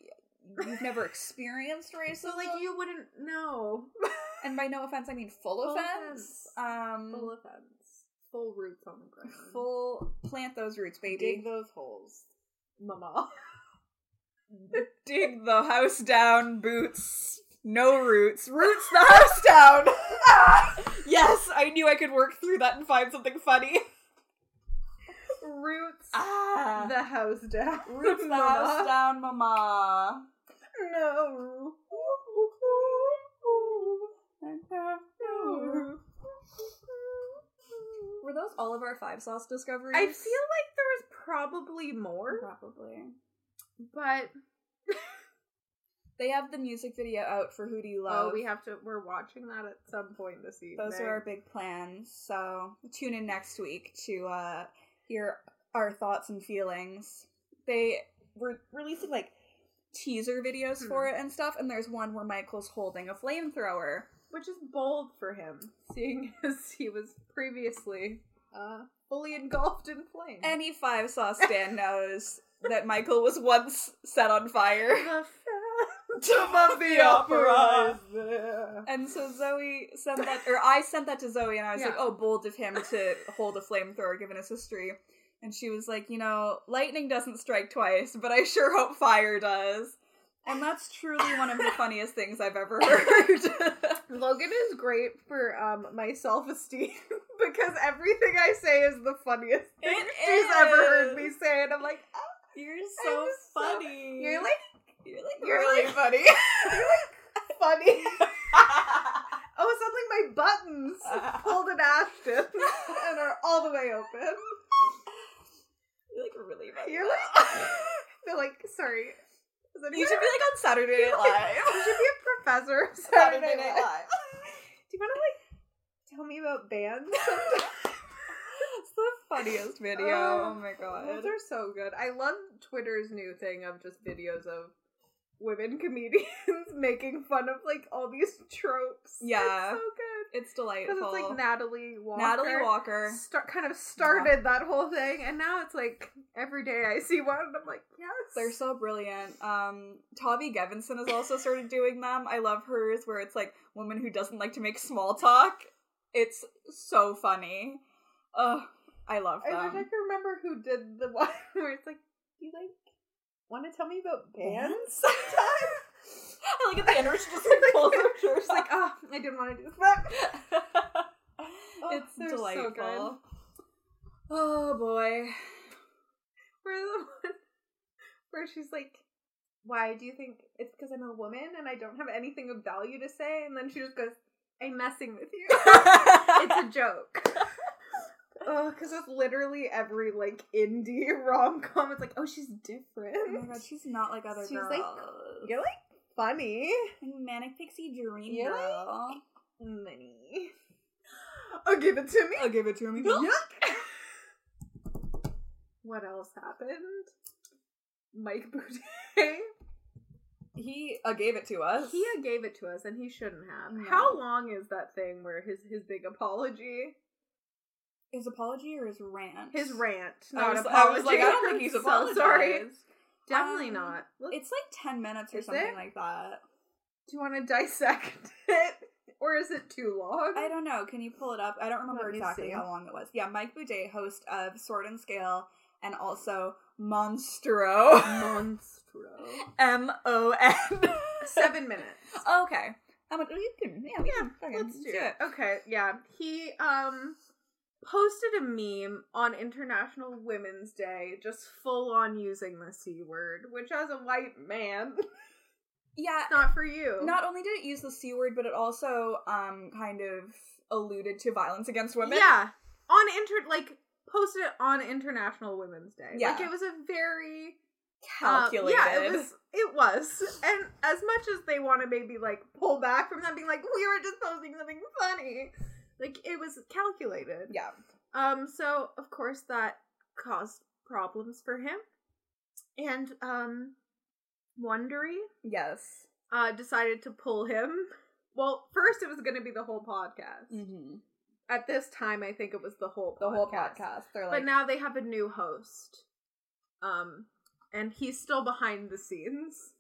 [SPEAKER 2] you've never experienced racism.
[SPEAKER 1] So like you wouldn't know.
[SPEAKER 2] and by no offense, I mean full,
[SPEAKER 1] Full
[SPEAKER 2] offense. Um,
[SPEAKER 1] Full offense. Full roots on the ground.
[SPEAKER 2] full plant those roots, baby.
[SPEAKER 1] dig those holes. Mama.
[SPEAKER 2] dig the house down, boots. No roots. Roots the house down. yes, I knew I could work through that and find something funny.
[SPEAKER 1] Roots
[SPEAKER 2] Ah.
[SPEAKER 1] the house down.
[SPEAKER 2] Roots the
[SPEAKER 1] Mama.
[SPEAKER 2] house down, mama.
[SPEAKER 1] No.
[SPEAKER 2] Were those all of our five sauce discoveries?
[SPEAKER 1] I feel like there was probably more,
[SPEAKER 2] probably. Uh-huh.
[SPEAKER 1] but
[SPEAKER 2] They have the music video out for Who Do You Love.
[SPEAKER 1] oh, we have to. We're watching that at some point this evening.
[SPEAKER 2] Those are our big plans. So tune in next week to uh, hear our thoughts and feelings. They were releasing like teaser videos
[SPEAKER 1] Hmm.
[SPEAKER 2] for it and stuff, and there's one where Michael's holding a flamethrower.
[SPEAKER 1] which is bold for him, seeing as he was previously uh, fully engulfed in flames.
[SPEAKER 2] Any five saw stand knows that Michael was once set on fire.
[SPEAKER 1] the
[SPEAKER 2] To
[SPEAKER 1] the opera is there.
[SPEAKER 2] And so Zoe sent that, or I sent that to Zoe, and I was like,
[SPEAKER 1] Yeah.
[SPEAKER 2] "Oh, bold of him to hold a flamethrower given his history." And she was like, "You know, lightning doesn't strike twice, but I sure hope fire does." And that's truly one of the funniest things I've ever heard.
[SPEAKER 1] Logan is great for um, my self esteem because everything I say is the funniest thing
[SPEAKER 2] It
[SPEAKER 1] she's ever heard me
[SPEAKER 2] is.
[SPEAKER 1] say, and I'm like,
[SPEAKER 2] You're
[SPEAKER 1] so
[SPEAKER 2] funny.
[SPEAKER 1] you're like,
[SPEAKER 2] "Oh, you're like
[SPEAKER 1] you're
[SPEAKER 2] really
[SPEAKER 1] like-
[SPEAKER 2] funny.
[SPEAKER 1] funny. oh, suddenly my buttons pulled an Ashton and are all the way open.
[SPEAKER 2] you're like really funny.
[SPEAKER 1] You're like, they're like, sorry. Is that
[SPEAKER 2] you should be like on Saturday Night
[SPEAKER 1] You
[SPEAKER 2] Live.
[SPEAKER 1] should be a professor of Saturday,
[SPEAKER 2] Saturday
[SPEAKER 1] Night
[SPEAKER 2] Night
[SPEAKER 1] Live.
[SPEAKER 2] Live.
[SPEAKER 1] Do you want to like tell me about bands?
[SPEAKER 2] It's the funniest video. oh
[SPEAKER 1] Oh,
[SPEAKER 2] my god.
[SPEAKER 1] Those are so good. I love Twitter's new thing of just videos of women comedians making fun of like all these tropes.
[SPEAKER 2] Yeah.
[SPEAKER 1] it's so good.
[SPEAKER 2] It's
[SPEAKER 1] Because
[SPEAKER 2] delightful.
[SPEAKER 1] it's like Natalie Walker.
[SPEAKER 2] Natalie Walker.
[SPEAKER 1] Start, kind of started that whole thing, and now it's like every day I see one, and I'm like, yes,
[SPEAKER 2] They're so brilliant. Um, Tavi Gevinson has also started doing them. I love hers, where it's like woman who doesn't like to make small talk. It's so funny. Ugh, I love
[SPEAKER 1] I wish I
[SPEAKER 2] them.
[SPEAKER 1] could remember who did the one where it's like, you like want to tell me about
[SPEAKER 2] Mm-hmm.
[SPEAKER 1] bands sometime?
[SPEAKER 2] I like at the end, where she just like pulls her shirt
[SPEAKER 1] It's like, ah, I didn't want to do that.
[SPEAKER 2] up. it's
[SPEAKER 1] oh, they're so
[SPEAKER 2] delightful.
[SPEAKER 1] good.
[SPEAKER 2] Oh boy.
[SPEAKER 1] Where the one where she's like, "Why do you think it's because I'm a woman and I don't have anything of value to say?" And then she just goes, "I'm messing with you. it's a joke." Oh, because that's literally every like indie rom com. It's like, oh, she's different.
[SPEAKER 2] Oh my god, she's not like other
[SPEAKER 1] She's,
[SPEAKER 2] girls.
[SPEAKER 1] like, You're like funny,
[SPEAKER 2] manic pixie dream
[SPEAKER 1] You're, like,
[SPEAKER 2] girl.
[SPEAKER 1] money. Oh, give it to me.
[SPEAKER 2] I'll give it to me.
[SPEAKER 1] Yuck. what else happened? Mike Boudet.
[SPEAKER 2] He uh, gave it to us.
[SPEAKER 1] He gave it to us, and he shouldn't have.
[SPEAKER 2] No.
[SPEAKER 1] How long is that thing where his his big apology,
[SPEAKER 2] his apology or his rant?
[SPEAKER 1] his rant,
[SPEAKER 2] I
[SPEAKER 1] not
[SPEAKER 2] was- I
[SPEAKER 1] apology?
[SPEAKER 2] was like, I don't think he's
[SPEAKER 1] I'm so sorry.
[SPEAKER 2] apologized.
[SPEAKER 1] Definitely
[SPEAKER 2] Um,
[SPEAKER 1] not. Look,
[SPEAKER 2] It's like ten minutes or
[SPEAKER 1] Is
[SPEAKER 2] something
[SPEAKER 1] it?
[SPEAKER 2] like that.
[SPEAKER 1] do you want to dissect it, or is it too long?
[SPEAKER 2] I don't know. Can you pull it up? I don't remember
[SPEAKER 1] Let me
[SPEAKER 2] exactly
[SPEAKER 1] see.
[SPEAKER 2] how long it was. Yeah, Mike Boudet, host of Sword and Scale, and also Monstro.
[SPEAKER 1] Monstro.
[SPEAKER 2] M O N.
[SPEAKER 1] Seven minutes.
[SPEAKER 2] Okay. I'm like, oh, you can, yeah, we
[SPEAKER 1] Yeah,
[SPEAKER 2] can fucking
[SPEAKER 1] Let's do it. Okay, yeah. He um posted a meme on International Women's Day, just full on using the c word, which as a white man,
[SPEAKER 2] Yeah,
[SPEAKER 1] not for you.
[SPEAKER 2] not only did it use the c word, but it also um kind of alluded to violence against women.
[SPEAKER 1] Yeah. On inter like posted it on International Women's Day. Like
[SPEAKER 2] Yeah.
[SPEAKER 1] it was a very um,
[SPEAKER 2] calculated.
[SPEAKER 1] yeah, it was it was. And as much as they want to maybe like pull back from that being like, we were just posting something funny. Like it was calculated.
[SPEAKER 2] Yeah.
[SPEAKER 1] Um, so of course that caused problems for him. And um Wondery
[SPEAKER 2] Yes.
[SPEAKER 1] uh decided to pull him. Well, first it was gonna be the whole podcast.
[SPEAKER 2] Mm-hmm.
[SPEAKER 1] At this time I think it was the whole
[SPEAKER 2] The whole podcast. They're like,
[SPEAKER 1] but now they have a new host. Um and he's still behind the scenes.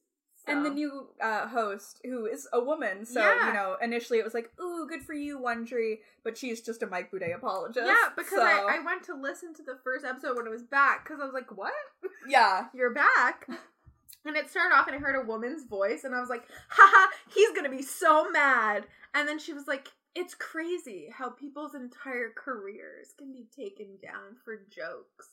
[SPEAKER 2] And the new uh, host, who is a woman, so
[SPEAKER 1] Yeah.
[SPEAKER 2] you know, initially it was like, "Ooh, good for you, Wondry," but she's just a Mike Boudet apologist.
[SPEAKER 1] yeah, because
[SPEAKER 2] so-
[SPEAKER 1] I, I went to listen to the first episode when it was back because I was like, what?
[SPEAKER 2] yeah,
[SPEAKER 1] You're back. And it started off and I heard a woman's voice and I was like, haha, he's gonna be so mad. And then she was like, it's crazy how people's entire careers can be taken down for jokes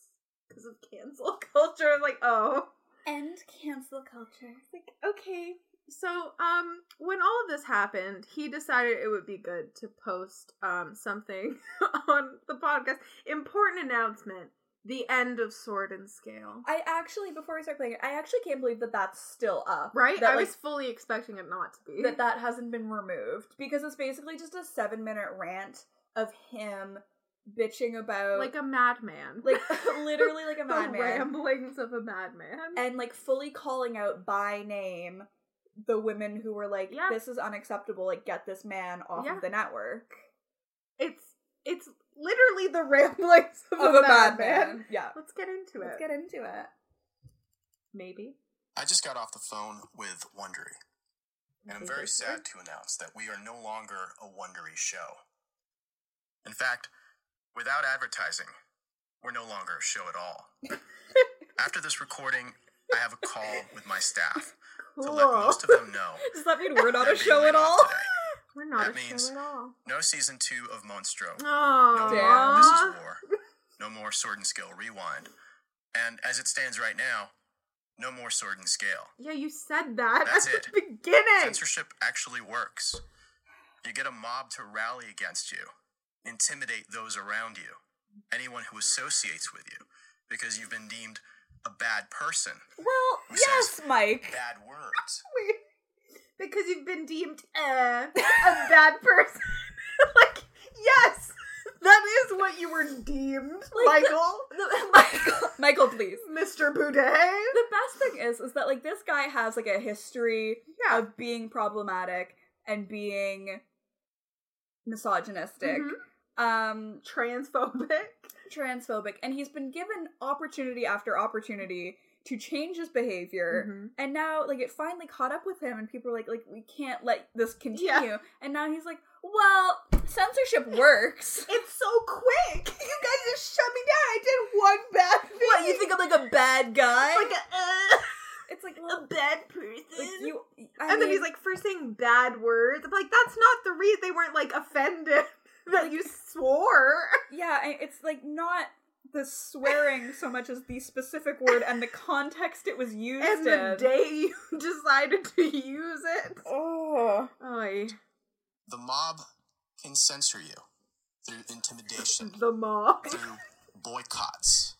[SPEAKER 1] because of cancel culture. I'm like, oh.
[SPEAKER 2] and cancel culture.
[SPEAKER 1] Like, okay. So, um, when all of this happened, he decided it would be good to post um something on the podcast. Important announcement. The end of Sword and Scale.
[SPEAKER 2] I actually, before we start playing it, I actually can't believe that that's still up.
[SPEAKER 1] Right?
[SPEAKER 2] That,
[SPEAKER 1] I
[SPEAKER 2] like,
[SPEAKER 1] was fully expecting it not to be.
[SPEAKER 2] that that hasn't been removed because it's basically just a seven minute rant of him bitching about
[SPEAKER 1] like a madman.
[SPEAKER 2] like literally like a
[SPEAKER 1] the
[SPEAKER 2] madman
[SPEAKER 1] ramblings of a madman.
[SPEAKER 2] and like fully calling out by name the women who were like
[SPEAKER 1] Yeah.
[SPEAKER 2] this is unacceptable like get this man off
[SPEAKER 1] Yeah.
[SPEAKER 2] of the network
[SPEAKER 1] it's it's literally the ramblings of,
[SPEAKER 2] of
[SPEAKER 1] a,
[SPEAKER 2] a
[SPEAKER 1] madman.
[SPEAKER 2] bad man yeah
[SPEAKER 1] Let's get into it.
[SPEAKER 2] let's get into it
[SPEAKER 1] Maybe.
[SPEAKER 4] I just got off the phone with Wondery, and I'm very sad to announce that we are no longer a Wondery show. In fact, without advertising, we're no longer a show at all. After this recording, I have a call with my staff to let
[SPEAKER 1] Cool.
[SPEAKER 4] most of them know.
[SPEAKER 2] does that mean we're not
[SPEAKER 4] they're
[SPEAKER 2] a
[SPEAKER 4] being
[SPEAKER 2] show
[SPEAKER 4] laid
[SPEAKER 2] at
[SPEAKER 4] off
[SPEAKER 2] all
[SPEAKER 4] today.
[SPEAKER 1] We're not
[SPEAKER 4] That
[SPEAKER 1] a
[SPEAKER 4] means-
[SPEAKER 1] show at all.
[SPEAKER 4] No season two of Monstro. No
[SPEAKER 1] Oh,
[SPEAKER 4] more This
[SPEAKER 1] damn.
[SPEAKER 4] Is War. No more Sword and Scale Rewind. And as it stands right now, no more Sword and Scale.
[SPEAKER 1] Yeah, you said that
[SPEAKER 4] That's
[SPEAKER 1] at
[SPEAKER 4] it.
[SPEAKER 1] the beginning.
[SPEAKER 4] Censorship actually works. You get a mob to rally against you, intimidate those around you, anyone who associates with you, because you've been deemed a bad person.
[SPEAKER 2] well
[SPEAKER 4] Who
[SPEAKER 2] yes
[SPEAKER 4] says-
[SPEAKER 2] mike
[SPEAKER 4] Bad words.
[SPEAKER 1] Wait. Because you've been deemed uh, a bad person. like, yes, that is what you were deemed,
[SPEAKER 2] Like,
[SPEAKER 1] Michael,
[SPEAKER 2] michael michael please
[SPEAKER 1] Mr. Boudet.
[SPEAKER 2] the best thing is is that like this guy has like a history
[SPEAKER 1] Yeah.
[SPEAKER 2] of being problematic and being misogynistic
[SPEAKER 1] Mhm.
[SPEAKER 2] um
[SPEAKER 1] Transphobic.
[SPEAKER 2] transphobic and he's been given opportunity after opportunity to change his
[SPEAKER 1] Mm-hmm.
[SPEAKER 2] behavior and now like it finally caught up with him and people were like like we can't let this continue and now he's like well censorship works
[SPEAKER 1] It's so quick. You guys just shut me down. I did one bad thing.
[SPEAKER 2] what you think i'm like a bad guy
[SPEAKER 1] Like a,
[SPEAKER 2] it's like
[SPEAKER 1] uh,
[SPEAKER 2] well,
[SPEAKER 1] a bad person.
[SPEAKER 2] like you I
[SPEAKER 1] and then he's
[SPEAKER 2] mean-
[SPEAKER 1] like, for saying bad words. I'm like, that's not the reason they weren't like offended that you swore.
[SPEAKER 2] Yeah, I- it's like not the swearing so much as the specific word and the context it was used
[SPEAKER 1] and the
[SPEAKER 2] in.
[SPEAKER 1] day you decided to use it.
[SPEAKER 2] oh.
[SPEAKER 1] Oy.
[SPEAKER 4] The mob can censor you through intimidation,
[SPEAKER 1] The mob.
[SPEAKER 4] through boycotts,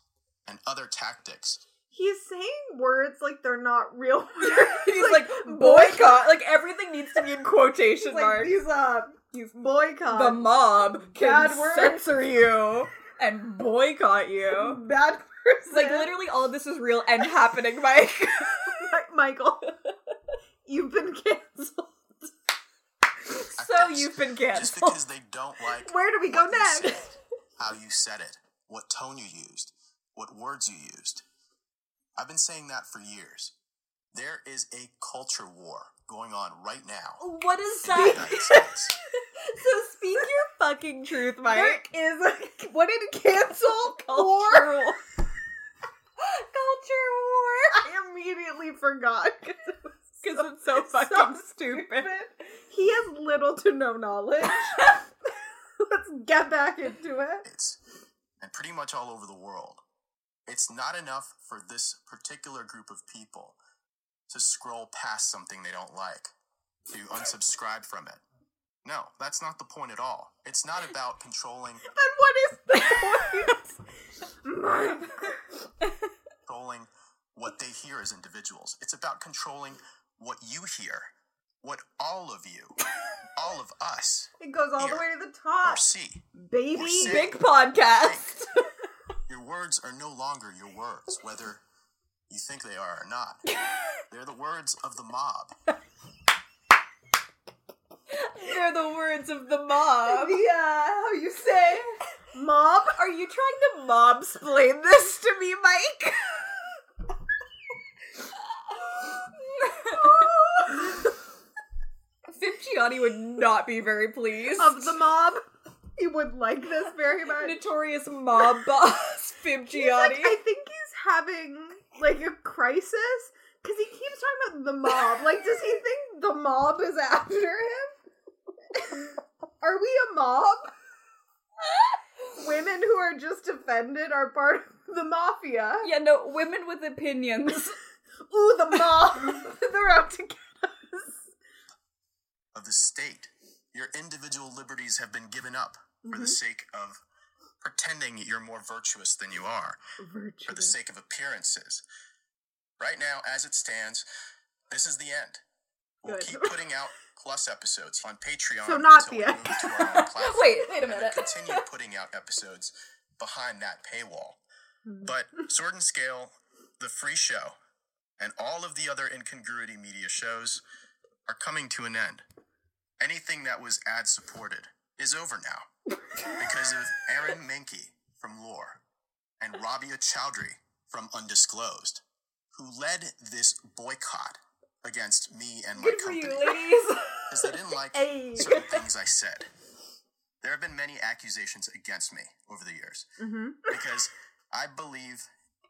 [SPEAKER 4] and other tactics.
[SPEAKER 1] He's saying words like they're not real words.
[SPEAKER 2] He's like, boycott. Like everything needs to be in quotation
[SPEAKER 1] He's like,
[SPEAKER 2] marks.
[SPEAKER 1] these uh,
[SPEAKER 2] He's the
[SPEAKER 1] boycott.
[SPEAKER 2] mob can
[SPEAKER 1] bad word.
[SPEAKER 2] censor you and boycott you.
[SPEAKER 1] bad
[SPEAKER 2] It's
[SPEAKER 1] person.
[SPEAKER 2] like literally all of this is real and happening, Mike.
[SPEAKER 1] Mi- Michael, you've been canceled.
[SPEAKER 2] so you've been
[SPEAKER 4] Just
[SPEAKER 2] canceled.
[SPEAKER 4] because they don't like
[SPEAKER 1] Where do we go
[SPEAKER 4] what you
[SPEAKER 1] next?
[SPEAKER 4] said, how you said it, what tone you used, what words you used. I've been saying that for years. There is a culture war going on right now
[SPEAKER 2] What is
[SPEAKER 4] in the
[SPEAKER 2] that?
[SPEAKER 4] United States.
[SPEAKER 2] so speak your fucking truth, Mike.
[SPEAKER 1] There is a, what did cancel war?
[SPEAKER 2] culture war. culture war.
[SPEAKER 1] I immediately forgot. 'cause it was
[SPEAKER 2] Because
[SPEAKER 1] so
[SPEAKER 2] it's so fucking
[SPEAKER 1] so
[SPEAKER 2] stupid.
[SPEAKER 1] stupid. He has little to no knowledge. Let's get back into it.
[SPEAKER 4] States and pretty much all over the world. It's not enough for this particular group of people to scroll past something they don't like, to unsubscribe from it. No, that's not the point at all. It's not about controlling
[SPEAKER 1] Then what is the point?
[SPEAKER 4] controlling what they hear as individuals. It's about controlling what you hear, what all of you, all of us,
[SPEAKER 1] it goes all the way to the top.
[SPEAKER 4] or see.
[SPEAKER 1] Baby.
[SPEAKER 4] Or sit.
[SPEAKER 2] Big podcast.
[SPEAKER 4] Your words are no longer your words, whether you think they are or not. They're the words of the mob.
[SPEAKER 2] They're the words of the mob.
[SPEAKER 1] the, uh, how you say, mom?
[SPEAKER 2] Are you trying to mob splain this to me, Mike?
[SPEAKER 3] Giuliani would not be very pleased.
[SPEAKER 1] of the mob. He would like this very much.
[SPEAKER 3] Notorious mob boss, Fib
[SPEAKER 1] He's like,
[SPEAKER 3] Giuliani.
[SPEAKER 1] I think he's having like a crisis because he keeps talking about the mob. Like, does he think the mob is after him? are we a mob? Women who are just offended are part of the mafia.
[SPEAKER 3] Yeah, no, women with opinions.
[SPEAKER 1] Ooh, the mob! They're out to get us.
[SPEAKER 4] of the state. Your individual liberties have been given up for the sake of pretending you're more virtuous than you are, for the
[SPEAKER 1] Virtuous.
[SPEAKER 4] sake of appearances. Right now, as it stands, this is the end. We'll
[SPEAKER 1] Good.
[SPEAKER 4] keep putting out plus episodes on Patreon.
[SPEAKER 1] So not
[SPEAKER 4] until
[SPEAKER 1] the
[SPEAKER 4] we move to our own platform
[SPEAKER 3] wait, wait a
[SPEAKER 4] and then
[SPEAKER 3] minute.
[SPEAKER 4] continue putting out episodes behind that paywall.
[SPEAKER 3] Hmm.
[SPEAKER 4] But Sword and Scale, the free show, and all of the other incongruity media shows are coming to an end. Anything that was ad supported is over now because of Aaron Menke from Lore and Rabia Chowdhury from Undisclosed, who led this boycott against me and my
[SPEAKER 3] Good for you,
[SPEAKER 4] company
[SPEAKER 3] ladies.
[SPEAKER 4] because they didn't like
[SPEAKER 1] Hey.
[SPEAKER 4] certain things I said. There have been many accusations against me over the years
[SPEAKER 1] Mm-hmm.
[SPEAKER 4] because I believe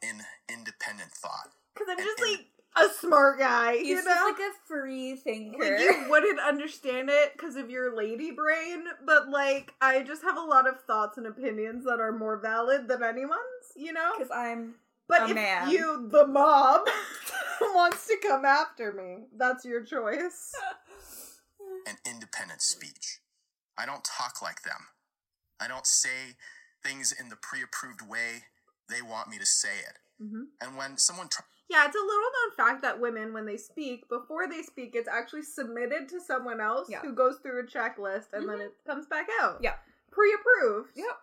[SPEAKER 4] in independent thought.
[SPEAKER 1] Because I'm just like a smart guy,
[SPEAKER 3] He's
[SPEAKER 1] you
[SPEAKER 3] just
[SPEAKER 1] know?
[SPEAKER 3] like a free thinker.
[SPEAKER 1] Like you wouldn't understand it because of your lady brain, but like I just have a lot of thoughts and opinions that are more valid than anyone's, you know.
[SPEAKER 3] Because I'm.
[SPEAKER 1] But
[SPEAKER 3] a
[SPEAKER 1] if
[SPEAKER 3] man.
[SPEAKER 1] you, the mob, wants to come after me, that's your choice.
[SPEAKER 4] and independent speech. I don't talk like them. I don't say things in the pre approved way they want me to say it.
[SPEAKER 1] Mhm.
[SPEAKER 4] And when someone tr-
[SPEAKER 1] Yeah, it's a little known fact that women, when they speak, before they speak, it's actually submitted to someone else
[SPEAKER 3] Yeah.
[SPEAKER 1] who goes through a checklist and then it comes back out.
[SPEAKER 3] Yeah.
[SPEAKER 1] pre-approved.
[SPEAKER 3] Yep.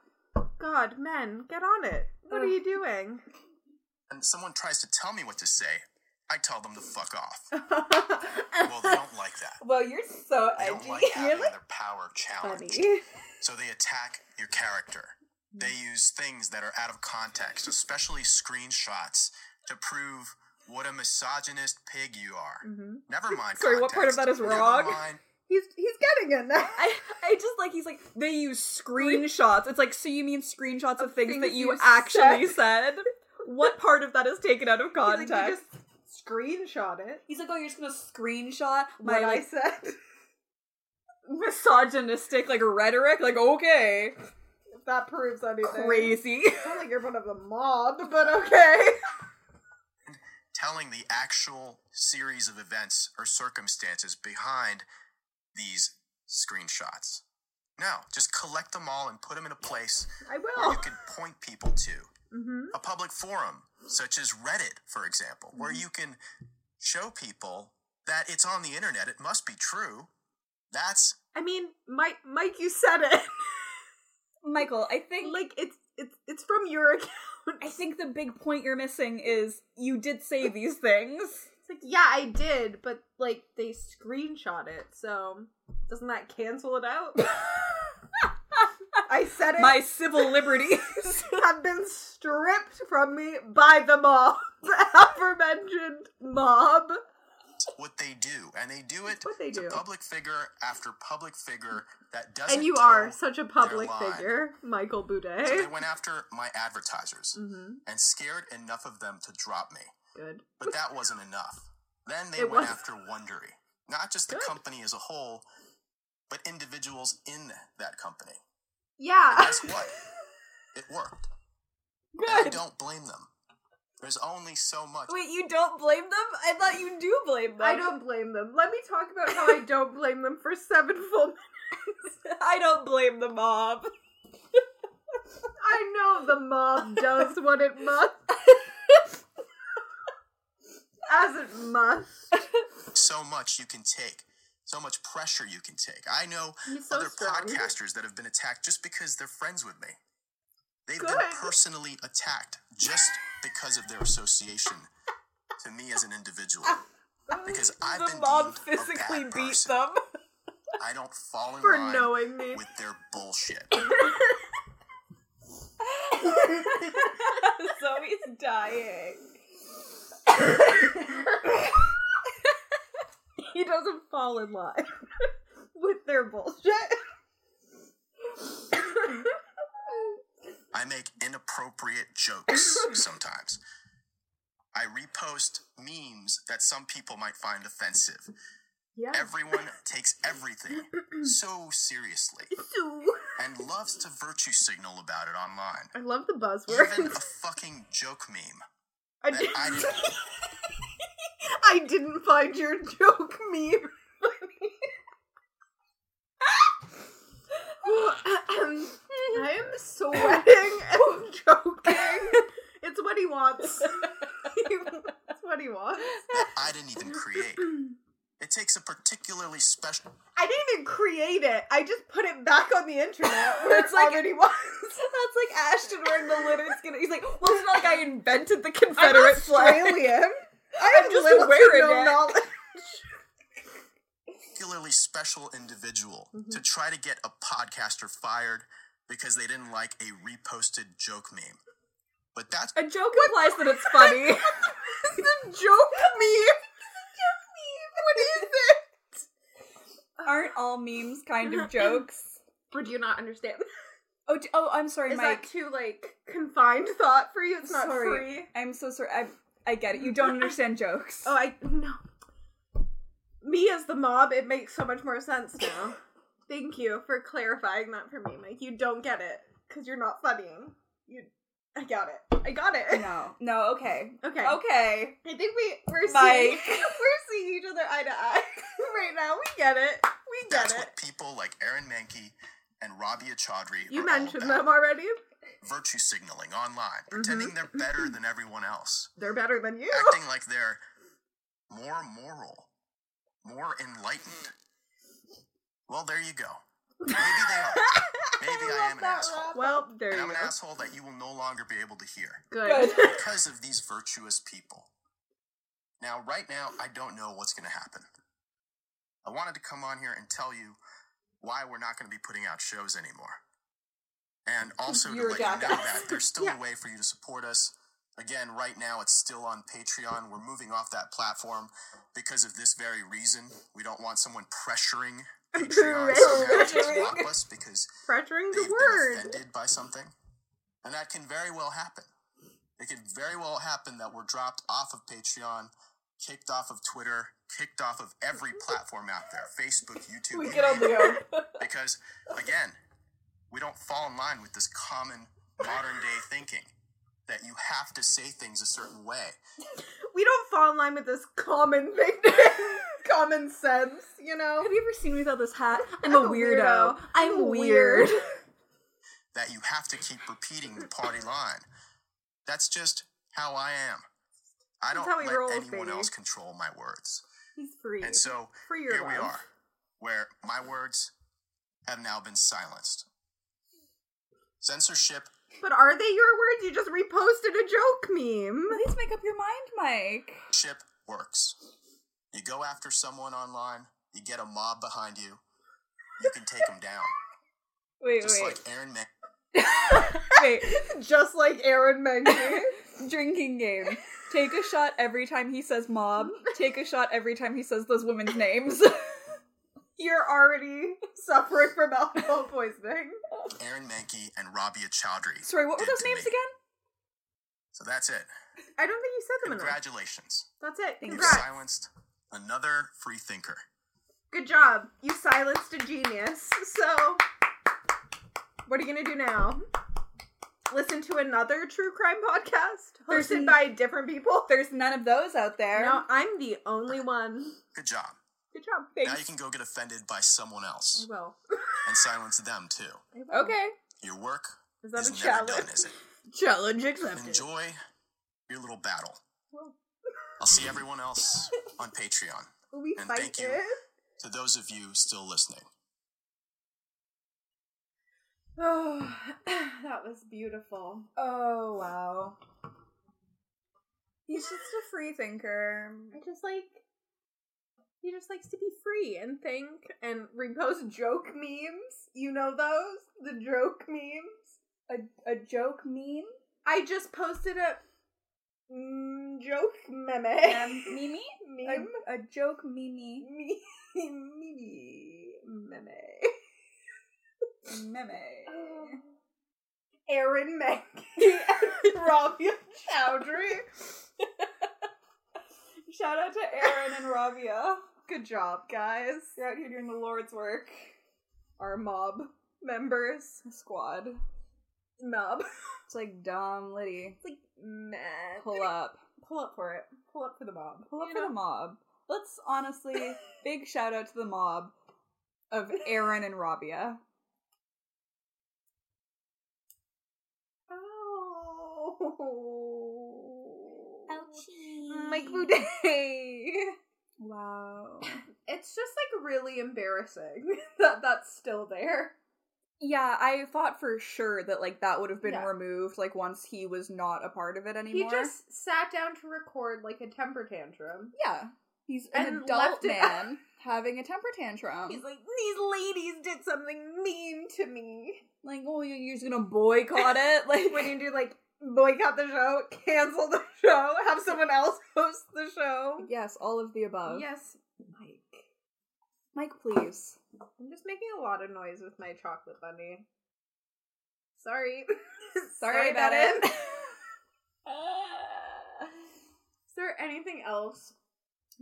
[SPEAKER 1] God, men, get on it. What are
[SPEAKER 3] Ugh.
[SPEAKER 1] you doing?
[SPEAKER 4] and someone tries to tell me what to say, I tell them to fuck off. well, they don't like that.
[SPEAKER 3] Well, you're so
[SPEAKER 4] They
[SPEAKER 3] edgy.
[SPEAKER 4] don't like having
[SPEAKER 1] Really?
[SPEAKER 4] their power challenged. So they attack your character. They use things that are out of context, especially screenshots, to prove what a misogynist pig you are.
[SPEAKER 1] hmm
[SPEAKER 4] Never mind.
[SPEAKER 3] Sorry, what part of
[SPEAKER 4] context.
[SPEAKER 3] that is
[SPEAKER 4] Never
[SPEAKER 3] wrong?
[SPEAKER 4] mind
[SPEAKER 1] He's he's getting it now.
[SPEAKER 3] I, I just like he's like they use screenshots. It's like so you mean screenshots of things,
[SPEAKER 1] things
[SPEAKER 3] that you,
[SPEAKER 1] you
[SPEAKER 3] actually
[SPEAKER 1] said.
[SPEAKER 3] said. What part of that is taken out of
[SPEAKER 1] He's like,
[SPEAKER 3] context?
[SPEAKER 1] "You just screenshot it.
[SPEAKER 3] He's like, oh, you're just gonna screenshot my
[SPEAKER 1] What I
[SPEAKER 3] like
[SPEAKER 1] said.
[SPEAKER 3] misogynistic like rhetoric. Like, okay,
[SPEAKER 1] If that proves anything.
[SPEAKER 3] crazy.
[SPEAKER 1] Sounds like you're one of the mob, but okay.
[SPEAKER 4] telling the actual series of events or circumstances behind these screenshots. No, just collect them all and put them in a place
[SPEAKER 1] I
[SPEAKER 4] where
[SPEAKER 1] will.
[SPEAKER 4] you can point people to.
[SPEAKER 1] Mm-hmm.
[SPEAKER 4] a public forum such as Reddit, for example, where
[SPEAKER 1] Mm-hmm.
[SPEAKER 4] you can show people that it's on the internet. It must be true. That's
[SPEAKER 1] I mean, Mike, Mike, you said it.
[SPEAKER 3] Michael, I think
[SPEAKER 1] like it's it's it's from your account.
[SPEAKER 3] I think the big point you're missing is you did say these things.
[SPEAKER 1] It's like, yeah, I did, but like they screenshot it, so doesn't that cancel it out? I said it.
[SPEAKER 3] My civil liberties.
[SPEAKER 1] have been stripped from me by the mob, the aforementioned mob.
[SPEAKER 4] what they do, and they do it
[SPEAKER 1] What they
[SPEAKER 4] to
[SPEAKER 1] do.
[SPEAKER 4] public figure after public figure that doesn't.
[SPEAKER 1] And you
[SPEAKER 4] tell-
[SPEAKER 1] are such a public
[SPEAKER 4] lying.
[SPEAKER 1] figure, Michael Boudet.
[SPEAKER 4] So they went after my advertisers
[SPEAKER 1] mm-hmm.
[SPEAKER 4] and scared enough of them to drop me.
[SPEAKER 1] Good.
[SPEAKER 4] But that wasn't enough. Then they
[SPEAKER 1] It
[SPEAKER 4] went
[SPEAKER 1] was-
[SPEAKER 4] after Wondery, not just the
[SPEAKER 1] Good.
[SPEAKER 4] company as a whole, but individuals in that company.
[SPEAKER 1] Yeah.
[SPEAKER 4] Guess what? It worked. And I
[SPEAKER 3] Good.
[SPEAKER 4] don't blame them. There's only so much.
[SPEAKER 3] Wait, you don't blame them? I thought you do blame them.
[SPEAKER 1] I don't blame them. Let me talk about how I don't blame them for seven full minutes.
[SPEAKER 3] I don't blame the mob.
[SPEAKER 1] I know the mob does what it must. As it must.
[SPEAKER 4] So much you can take. So much pressure you can take. I know
[SPEAKER 1] He's so
[SPEAKER 4] other
[SPEAKER 1] strong.
[SPEAKER 4] podcasters that have been attacked just because they're friends with me. They've been
[SPEAKER 1] Good.
[SPEAKER 4] personally attacked just because of their association to me as an individual. Because I've
[SPEAKER 3] the
[SPEAKER 4] been
[SPEAKER 3] mob
[SPEAKER 4] deemed a
[SPEAKER 3] physically
[SPEAKER 4] bad
[SPEAKER 3] beat
[SPEAKER 4] person.
[SPEAKER 3] them.
[SPEAKER 4] I don't fall in
[SPEAKER 1] For
[SPEAKER 4] line
[SPEAKER 1] knowing me.
[SPEAKER 4] with their bullshit.
[SPEAKER 3] Zoe's dying.
[SPEAKER 1] he doesn't fall in line with They're bullshit.
[SPEAKER 4] I make inappropriate jokes sometimes. I repost memes that some people might find offensive.
[SPEAKER 1] yeah.
[SPEAKER 4] Everyone takes everything so seriously and loves to virtue signal about it online.
[SPEAKER 1] I love the
[SPEAKER 4] Even
[SPEAKER 1] buzzwords.
[SPEAKER 4] a fucking joke meme.
[SPEAKER 1] I,
[SPEAKER 4] that I
[SPEAKER 1] didn't, I didn't find your joke meme. funny.
[SPEAKER 5] I am sweating and joking.
[SPEAKER 1] it's what he wants. it's what he wants.
[SPEAKER 4] that I didn't even create. It takes a particularly special
[SPEAKER 1] I didn't even create it. I just put it back on the internet where
[SPEAKER 5] It's
[SPEAKER 1] it's
[SPEAKER 5] like-
[SPEAKER 1] like already was.
[SPEAKER 2] That's like Ashton wearing the littered skin. He's like, well, it's not like I invented the
[SPEAKER 1] I'm
[SPEAKER 2] Confederate flag.
[SPEAKER 1] Australian.
[SPEAKER 2] I'm
[SPEAKER 1] have
[SPEAKER 2] just
[SPEAKER 1] little to
[SPEAKER 2] wearing
[SPEAKER 1] no
[SPEAKER 2] it.
[SPEAKER 1] knowledge.
[SPEAKER 4] particularly special individual to try to get a podcaster fired because they didn't like a reposted joke meme. But that's
[SPEAKER 2] A joke implies that it's funny.
[SPEAKER 1] the joke meme. What is it?
[SPEAKER 2] Aren't all memes kind of jokes?
[SPEAKER 5] Would you not understand?
[SPEAKER 2] Oh, d- oh, I'm sorry,
[SPEAKER 5] Is
[SPEAKER 2] Mike.
[SPEAKER 5] that too like?
[SPEAKER 1] Confined thought for you. It's not
[SPEAKER 2] Sorry.
[SPEAKER 1] free.
[SPEAKER 2] I'm so sorry. I, I get it. You don't understand jokes.
[SPEAKER 1] Oh, I no. Me as the mob, it makes so much more sense now. Thank you for clarifying that for me, Mike. You don't get it because you're not funnying. You, I got it. I got it.
[SPEAKER 2] no, Oh. no. Okay,
[SPEAKER 1] Okay.
[SPEAKER 2] okay.
[SPEAKER 1] I think we we're seeing
[SPEAKER 2] Mike.
[SPEAKER 1] we're seeing each other eye to eye right now. We get it. We get
[SPEAKER 4] that's
[SPEAKER 1] it.
[SPEAKER 4] what people like Aaron Mankey and Rabia Chaudhry
[SPEAKER 1] You
[SPEAKER 4] are all
[SPEAKER 1] mentioned
[SPEAKER 4] about.
[SPEAKER 1] them already.
[SPEAKER 4] virtue signaling online, pretending they're
[SPEAKER 1] Mm-hmm.
[SPEAKER 4] better than everyone else,
[SPEAKER 1] They're better than you.
[SPEAKER 4] acting like they're more moral, more enlightened. Well, there you go. Maybe they are. Maybe I, am an asshole.
[SPEAKER 1] Well, there
[SPEAKER 4] And
[SPEAKER 1] you
[SPEAKER 4] I'm
[SPEAKER 1] go.
[SPEAKER 4] an asshole that you will no longer be able to hear
[SPEAKER 1] Good.
[SPEAKER 4] because of these virtuous people. Now, right now, I don't know what's going to happen. I wanted to come on here and tell you why we're not going to be putting out shows anymore. And also to
[SPEAKER 2] You're a
[SPEAKER 4] let you know
[SPEAKER 2] jackass.
[SPEAKER 4] that there's still a way for you to support us. Again, right now, it's still on Patreon. We're moving off that platform because of this very reason. We don't want someone pressuring Patreon somehow to
[SPEAKER 1] Pressuring.
[SPEAKER 4] block us because
[SPEAKER 1] Pressuring
[SPEAKER 4] they've
[SPEAKER 1] the
[SPEAKER 4] been
[SPEAKER 1] word.
[SPEAKER 4] offended by something, and that can very well happen. It can very well happen that we're dropped off of Patreon, kicked off of Twitter, kicked off of every platform out there Facebook, YouTube,
[SPEAKER 2] We
[SPEAKER 4] you
[SPEAKER 2] get on
[SPEAKER 4] name it.
[SPEAKER 2] the own.
[SPEAKER 4] because, again, we don't fall in line with this common modern day thinking that you have to say things a certain way.
[SPEAKER 1] We don't fall in line with this common thing, common sense. You know.
[SPEAKER 2] Have you ever seen me without this hat? I'm,
[SPEAKER 1] I'm
[SPEAKER 2] a
[SPEAKER 1] a
[SPEAKER 2] weirdo.
[SPEAKER 1] weirdo.
[SPEAKER 2] I'm,
[SPEAKER 1] I'm
[SPEAKER 2] weird.
[SPEAKER 1] weird.
[SPEAKER 4] that you have to keep repeating the party line. That's just how I am. I
[SPEAKER 1] That's
[SPEAKER 4] don't
[SPEAKER 1] how we
[SPEAKER 4] let
[SPEAKER 1] roll,
[SPEAKER 4] anyone
[SPEAKER 1] baby.
[SPEAKER 4] else control my words.
[SPEAKER 1] He's free.
[SPEAKER 4] And so
[SPEAKER 1] free your
[SPEAKER 4] here we
[SPEAKER 1] love.
[SPEAKER 4] are, where my words have now been silenced. Censorship,
[SPEAKER 1] But are they your words? You just reposted a joke meme.
[SPEAKER 2] Please make up your mind, Mike.
[SPEAKER 4] ship works. You go after someone online, you get a mob behind you, you can take them down.
[SPEAKER 2] Wait,
[SPEAKER 4] Just
[SPEAKER 2] wait,
[SPEAKER 4] like Aaron Mack.
[SPEAKER 2] wait.
[SPEAKER 1] Just like Aaron Menke.
[SPEAKER 2] Drinking game. Take a shot every time he says mob. Take a shot every time he says those women's names.
[SPEAKER 1] You're already suffering from alcohol poisoning.
[SPEAKER 4] Aaron Mankey and Rabia Chowdhury.
[SPEAKER 2] Sorry, what were
[SPEAKER 4] did
[SPEAKER 2] those
[SPEAKER 4] to
[SPEAKER 2] names
[SPEAKER 4] me.
[SPEAKER 2] again?
[SPEAKER 4] So that's it.
[SPEAKER 1] I don't think you said them enough.
[SPEAKER 4] Congratulations.
[SPEAKER 1] That's it.
[SPEAKER 2] Thank you.
[SPEAKER 4] You've
[SPEAKER 1] Congrats.
[SPEAKER 4] silenced another free thinker.
[SPEAKER 1] Good job. You silenced a genius. So, what are you going to do now? Listen to another true crime podcast
[SPEAKER 2] There's
[SPEAKER 1] hosted
[SPEAKER 2] n-
[SPEAKER 1] by different people?
[SPEAKER 2] There's none of those out there.
[SPEAKER 1] No, I'm the only one.
[SPEAKER 4] Good job.
[SPEAKER 1] Good job.
[SPEAKER 4] Now you can go get offended by someone
[SPEAKER 1] I
[SPEAKER 4] else
[SPEAKER 1] will.
[SPEAKER 4] and silence them too.
[SPEAKER 2] Okay.
[SPEAKER 4] Your work
[SPEAKER 1] Is that
[SPEAKER 4] is
[SPEAKER 1] a
[SPEAKER 4] never
[SPEAKER 1] challenge?
[SPEAKER 4] done, is it?
[SPEAKER 1] Challenge accepted.
[SPEAKER 4] Enjoy your little battle. I'll see everyone else on Patreon.
[SPEAKER 1] Will we
[SPEAKER 4] And
[SPEAKER 1] fight
[SPEAKER 4] thank you.
[SPEAKER 1] it?
[SPEAKER 4] To those of you still listening,
[SPEAKER 2] Oh, that was beautiful. Oh, wow. He's just a free thinker.
[SPEAKER 1] I just like he just likes to be free and think and repost joke memes. You know those? The joke memes.
[SPEAKER 2] A, a joke meme?
[SPEAKER 1] I just posted a mm, joke meme.
[SPEAKER 2] Um, Mimi?
[SPEAKER 1] meme.
[SPEAKER 2] A, a joke Mimi.
[SPEAKER 1] Me- meme. Meme.
[SPEAKER 2] Meme.
[SPEAKER 1] Aaron Mackey and Rabia Chowdhury.
[SPEAKER 2] Shout out to Aaron and Rabia.
[SPEAKER 1] Good job, guys.
[SPEAKER 2] You're out here doing the Lord's work.
[SPEAKER 1] Our mob members.
[SPEAKER 2] Squad.
[SPEAKER 1] Mob.
[SPEAKER 2] It's like Dom Liddy.
[SPEAKER 1] It's like, man.
[SPEAKER 2] Pull up.
[SPEAKER 1] Pull up for it. Pull up for the mob.
[SPEAKER 2] Pull up
[SPEAKER 1] You
[SPEAKER 2] for the mob. Let's honestly, big shout out to the mob of Aaron and Rabia.
[SPEAKER 1] know? Oh.
[SPEAKER 2] Ouchie.
[SPEAKER 1] Mike Boudet.
[SPEAKER 2] Wow.
[SPEAKER 1] It's just like really embarrassing that that's still there.
[SPEAKER 2] Yeah, I thought for sure that like that would have been
[SPEAKER 1] Yeah.
[SPEAKER 2] removed like once he was not a part of it
[SPEAKER 1] He
[SPEAKER 2] anymore.
[SPEAKER 1] just sat down to record like a temper tantrum.
[SPEAKER 2] yeah, he's an
[SPEAKER 1] And
[SPEAKER 2] adult
[SPEAKER 1] left it-
[SPEAKER 2] man having a temper tantrum.
[SPEAKER 1] He's like, these ladies did something mean to me.
[SPEAKER 2] like, oh, you- you're just gonna boycott it? Like,
[SPEAKER 1] When you do like boycott the show, cancel the show, have someone else host the show.
[SPEAKER 2] yes, all of the above.
[SPEAKER 1] Yes, Mike.
[SPEAKER 2] Mike, please.
[SPEAKER 1] I'm just making a lot of noise with my chocolate bunny. Sorry.
[SPEAKER 2] Sorry about it.
[SPEAKER 1] Is there anything else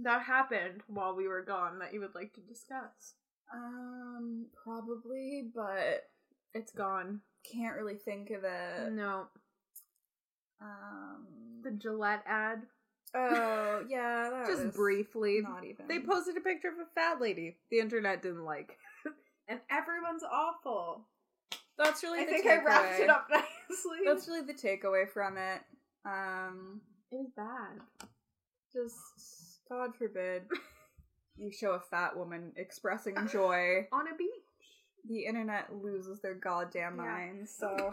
[SPEAKER 1] that happened while we were gone that you would like to discuss?
[SPEAKER 2] Um, probably, but
[SPEAKER 1] It's gone.
[SPEAKER 2] can't really think of it.
[SPEAKER 1] Uh, No.
[SPEAKER 2] Um,
[SPEAKER 1] The Gillette ad.
[SPEAKER 2] oh yeah, that
[SPEAKER 1] Just
[SPEAKER 2] was
[SPEAKER 1] briefly.
[SPEAKER 2] Not even.
[SPEAKER 1] They posted a picture of a fat lady. The internet didn't like. and everyone's awful.
[SPEAKER 2] That's really.
[SPEAKER 1] I
[SPEAKER 2] the
[SPEAKER 1] think I wrapped
[SPEAKER 2] takeaway.
[SPEAKER 1] it up nicely.
[SPEAKER 2] That's really the takeaway from it. Um,
[SPEAKER 1] it was bad.
[SPEAKER 2] just God forbid you show a fat woman expressing joy.
[SPEAKER 1] On a beach.
[SPEAKER 2] The internet loses their goddamn
[SPEAKER 1] Yeah.
[SPEAKER 2] minds. So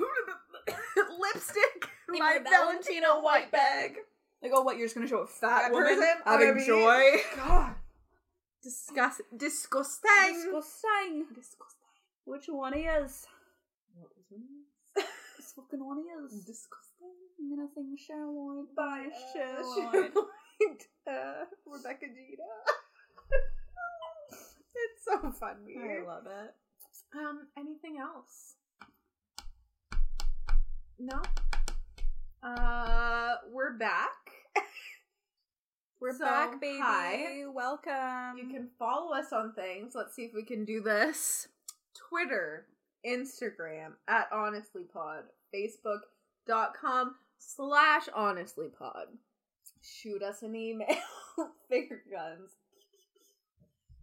[SPEAKER 1] Lipstick.
[SPEAKER 2] In
[SPEAKER 1] My
[SPEAKER 2] your
[SPEAKER 1] Valentino white bag.
[SPEAKER 2] like, oh, what you're just gonna show a fat
[SPEAKER 1] That
[SPEAKER 2] woman
[SPEAKER 1] person on a
[SPEAKER 2] having
[SPEAKER 1] beach?
[SPEAKER 2] joy?
[SPEAKER 1] God. Disgust. Disgusting.
[SPEAKER 2] Disgusting.
[SPEAKER 1] Disgusting.
[SPEAKER 2] Which one he is?
[SPEAKER 1] What was
[SPEAKER 2] This fucking one he is.
[SPEAKER 1] Disgusting.
[SPEAKER 2] I'm gonna sing Sharon
[SPEAKER 1] by
[SPEAKER 2] by
[SPEAKER 1] Sharon
[SPEAKER 2] Sharon.
[SPEAKER 1] uh, Rebecca Gita. it's so funny.
[SPEAKER 2] I love it.
[SPEAKER 1] Um, anything else? No. Uh, we're back.
[SPEAKER 2] We're
[SPEAKER 1] So,
[SPEAKER 2] back, baby.
[SPEAKER 1] hi.
[SPEAKER 2] Welcome.
[SPEAKER 1] You can follow us on things. Let's see if we can do this. Twitter, Instagram at honestlypod, Facebook.com slash honestlypod. Shoot us an email. Finger guns.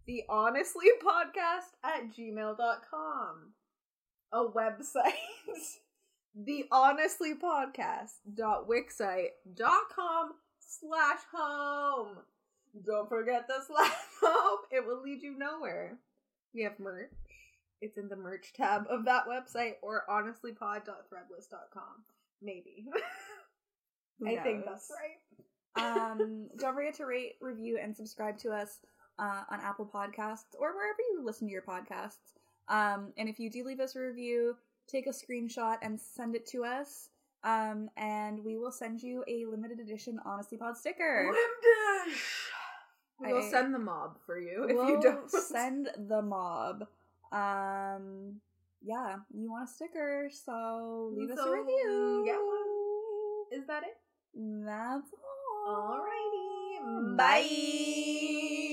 [SPEAKER 1] The Honestly Podcast at gmail.com. A website. the Honestly Podcast.wixsite.com slash home. Don't forget the slash home. It will lead you nowhere. We have merch. It's in the merch tab of that website or honestlypod.threadless.com. Maybe.
[SPEAKER 2] Who
[SPEAKER 1] I think
[SPEAKER 2] knows?
[SPEAKER 1] that's right.
[SPEAKER 2] um, don't forget to rate, review, and subscribe to us uh, on Apple Podcasts or wherever you listen to your podcasts. Um, and if you do leave us a review, take a screenshot and send it to us. Um, and we will send you a limited edition Honesty Pod sticker.
[SPEAKER 1] We will
[SPEAKER 2] I-
[SPEAKER 1] send the mob for you if
[SPEAKER 2] we'll
[SPEAKER 1] you don't.
[SPEAKER 2] send the mob. Um, yeah, you want a sticker, so leave us a
[SPEAKER 1] So,
[SPEAKER 2] review.
[SPEAKER 1] get one. Is that it?
[SPEAKER 2] That's all.
[SPEAKER 1] Alrighty.
[SPEAKER 2] Bye.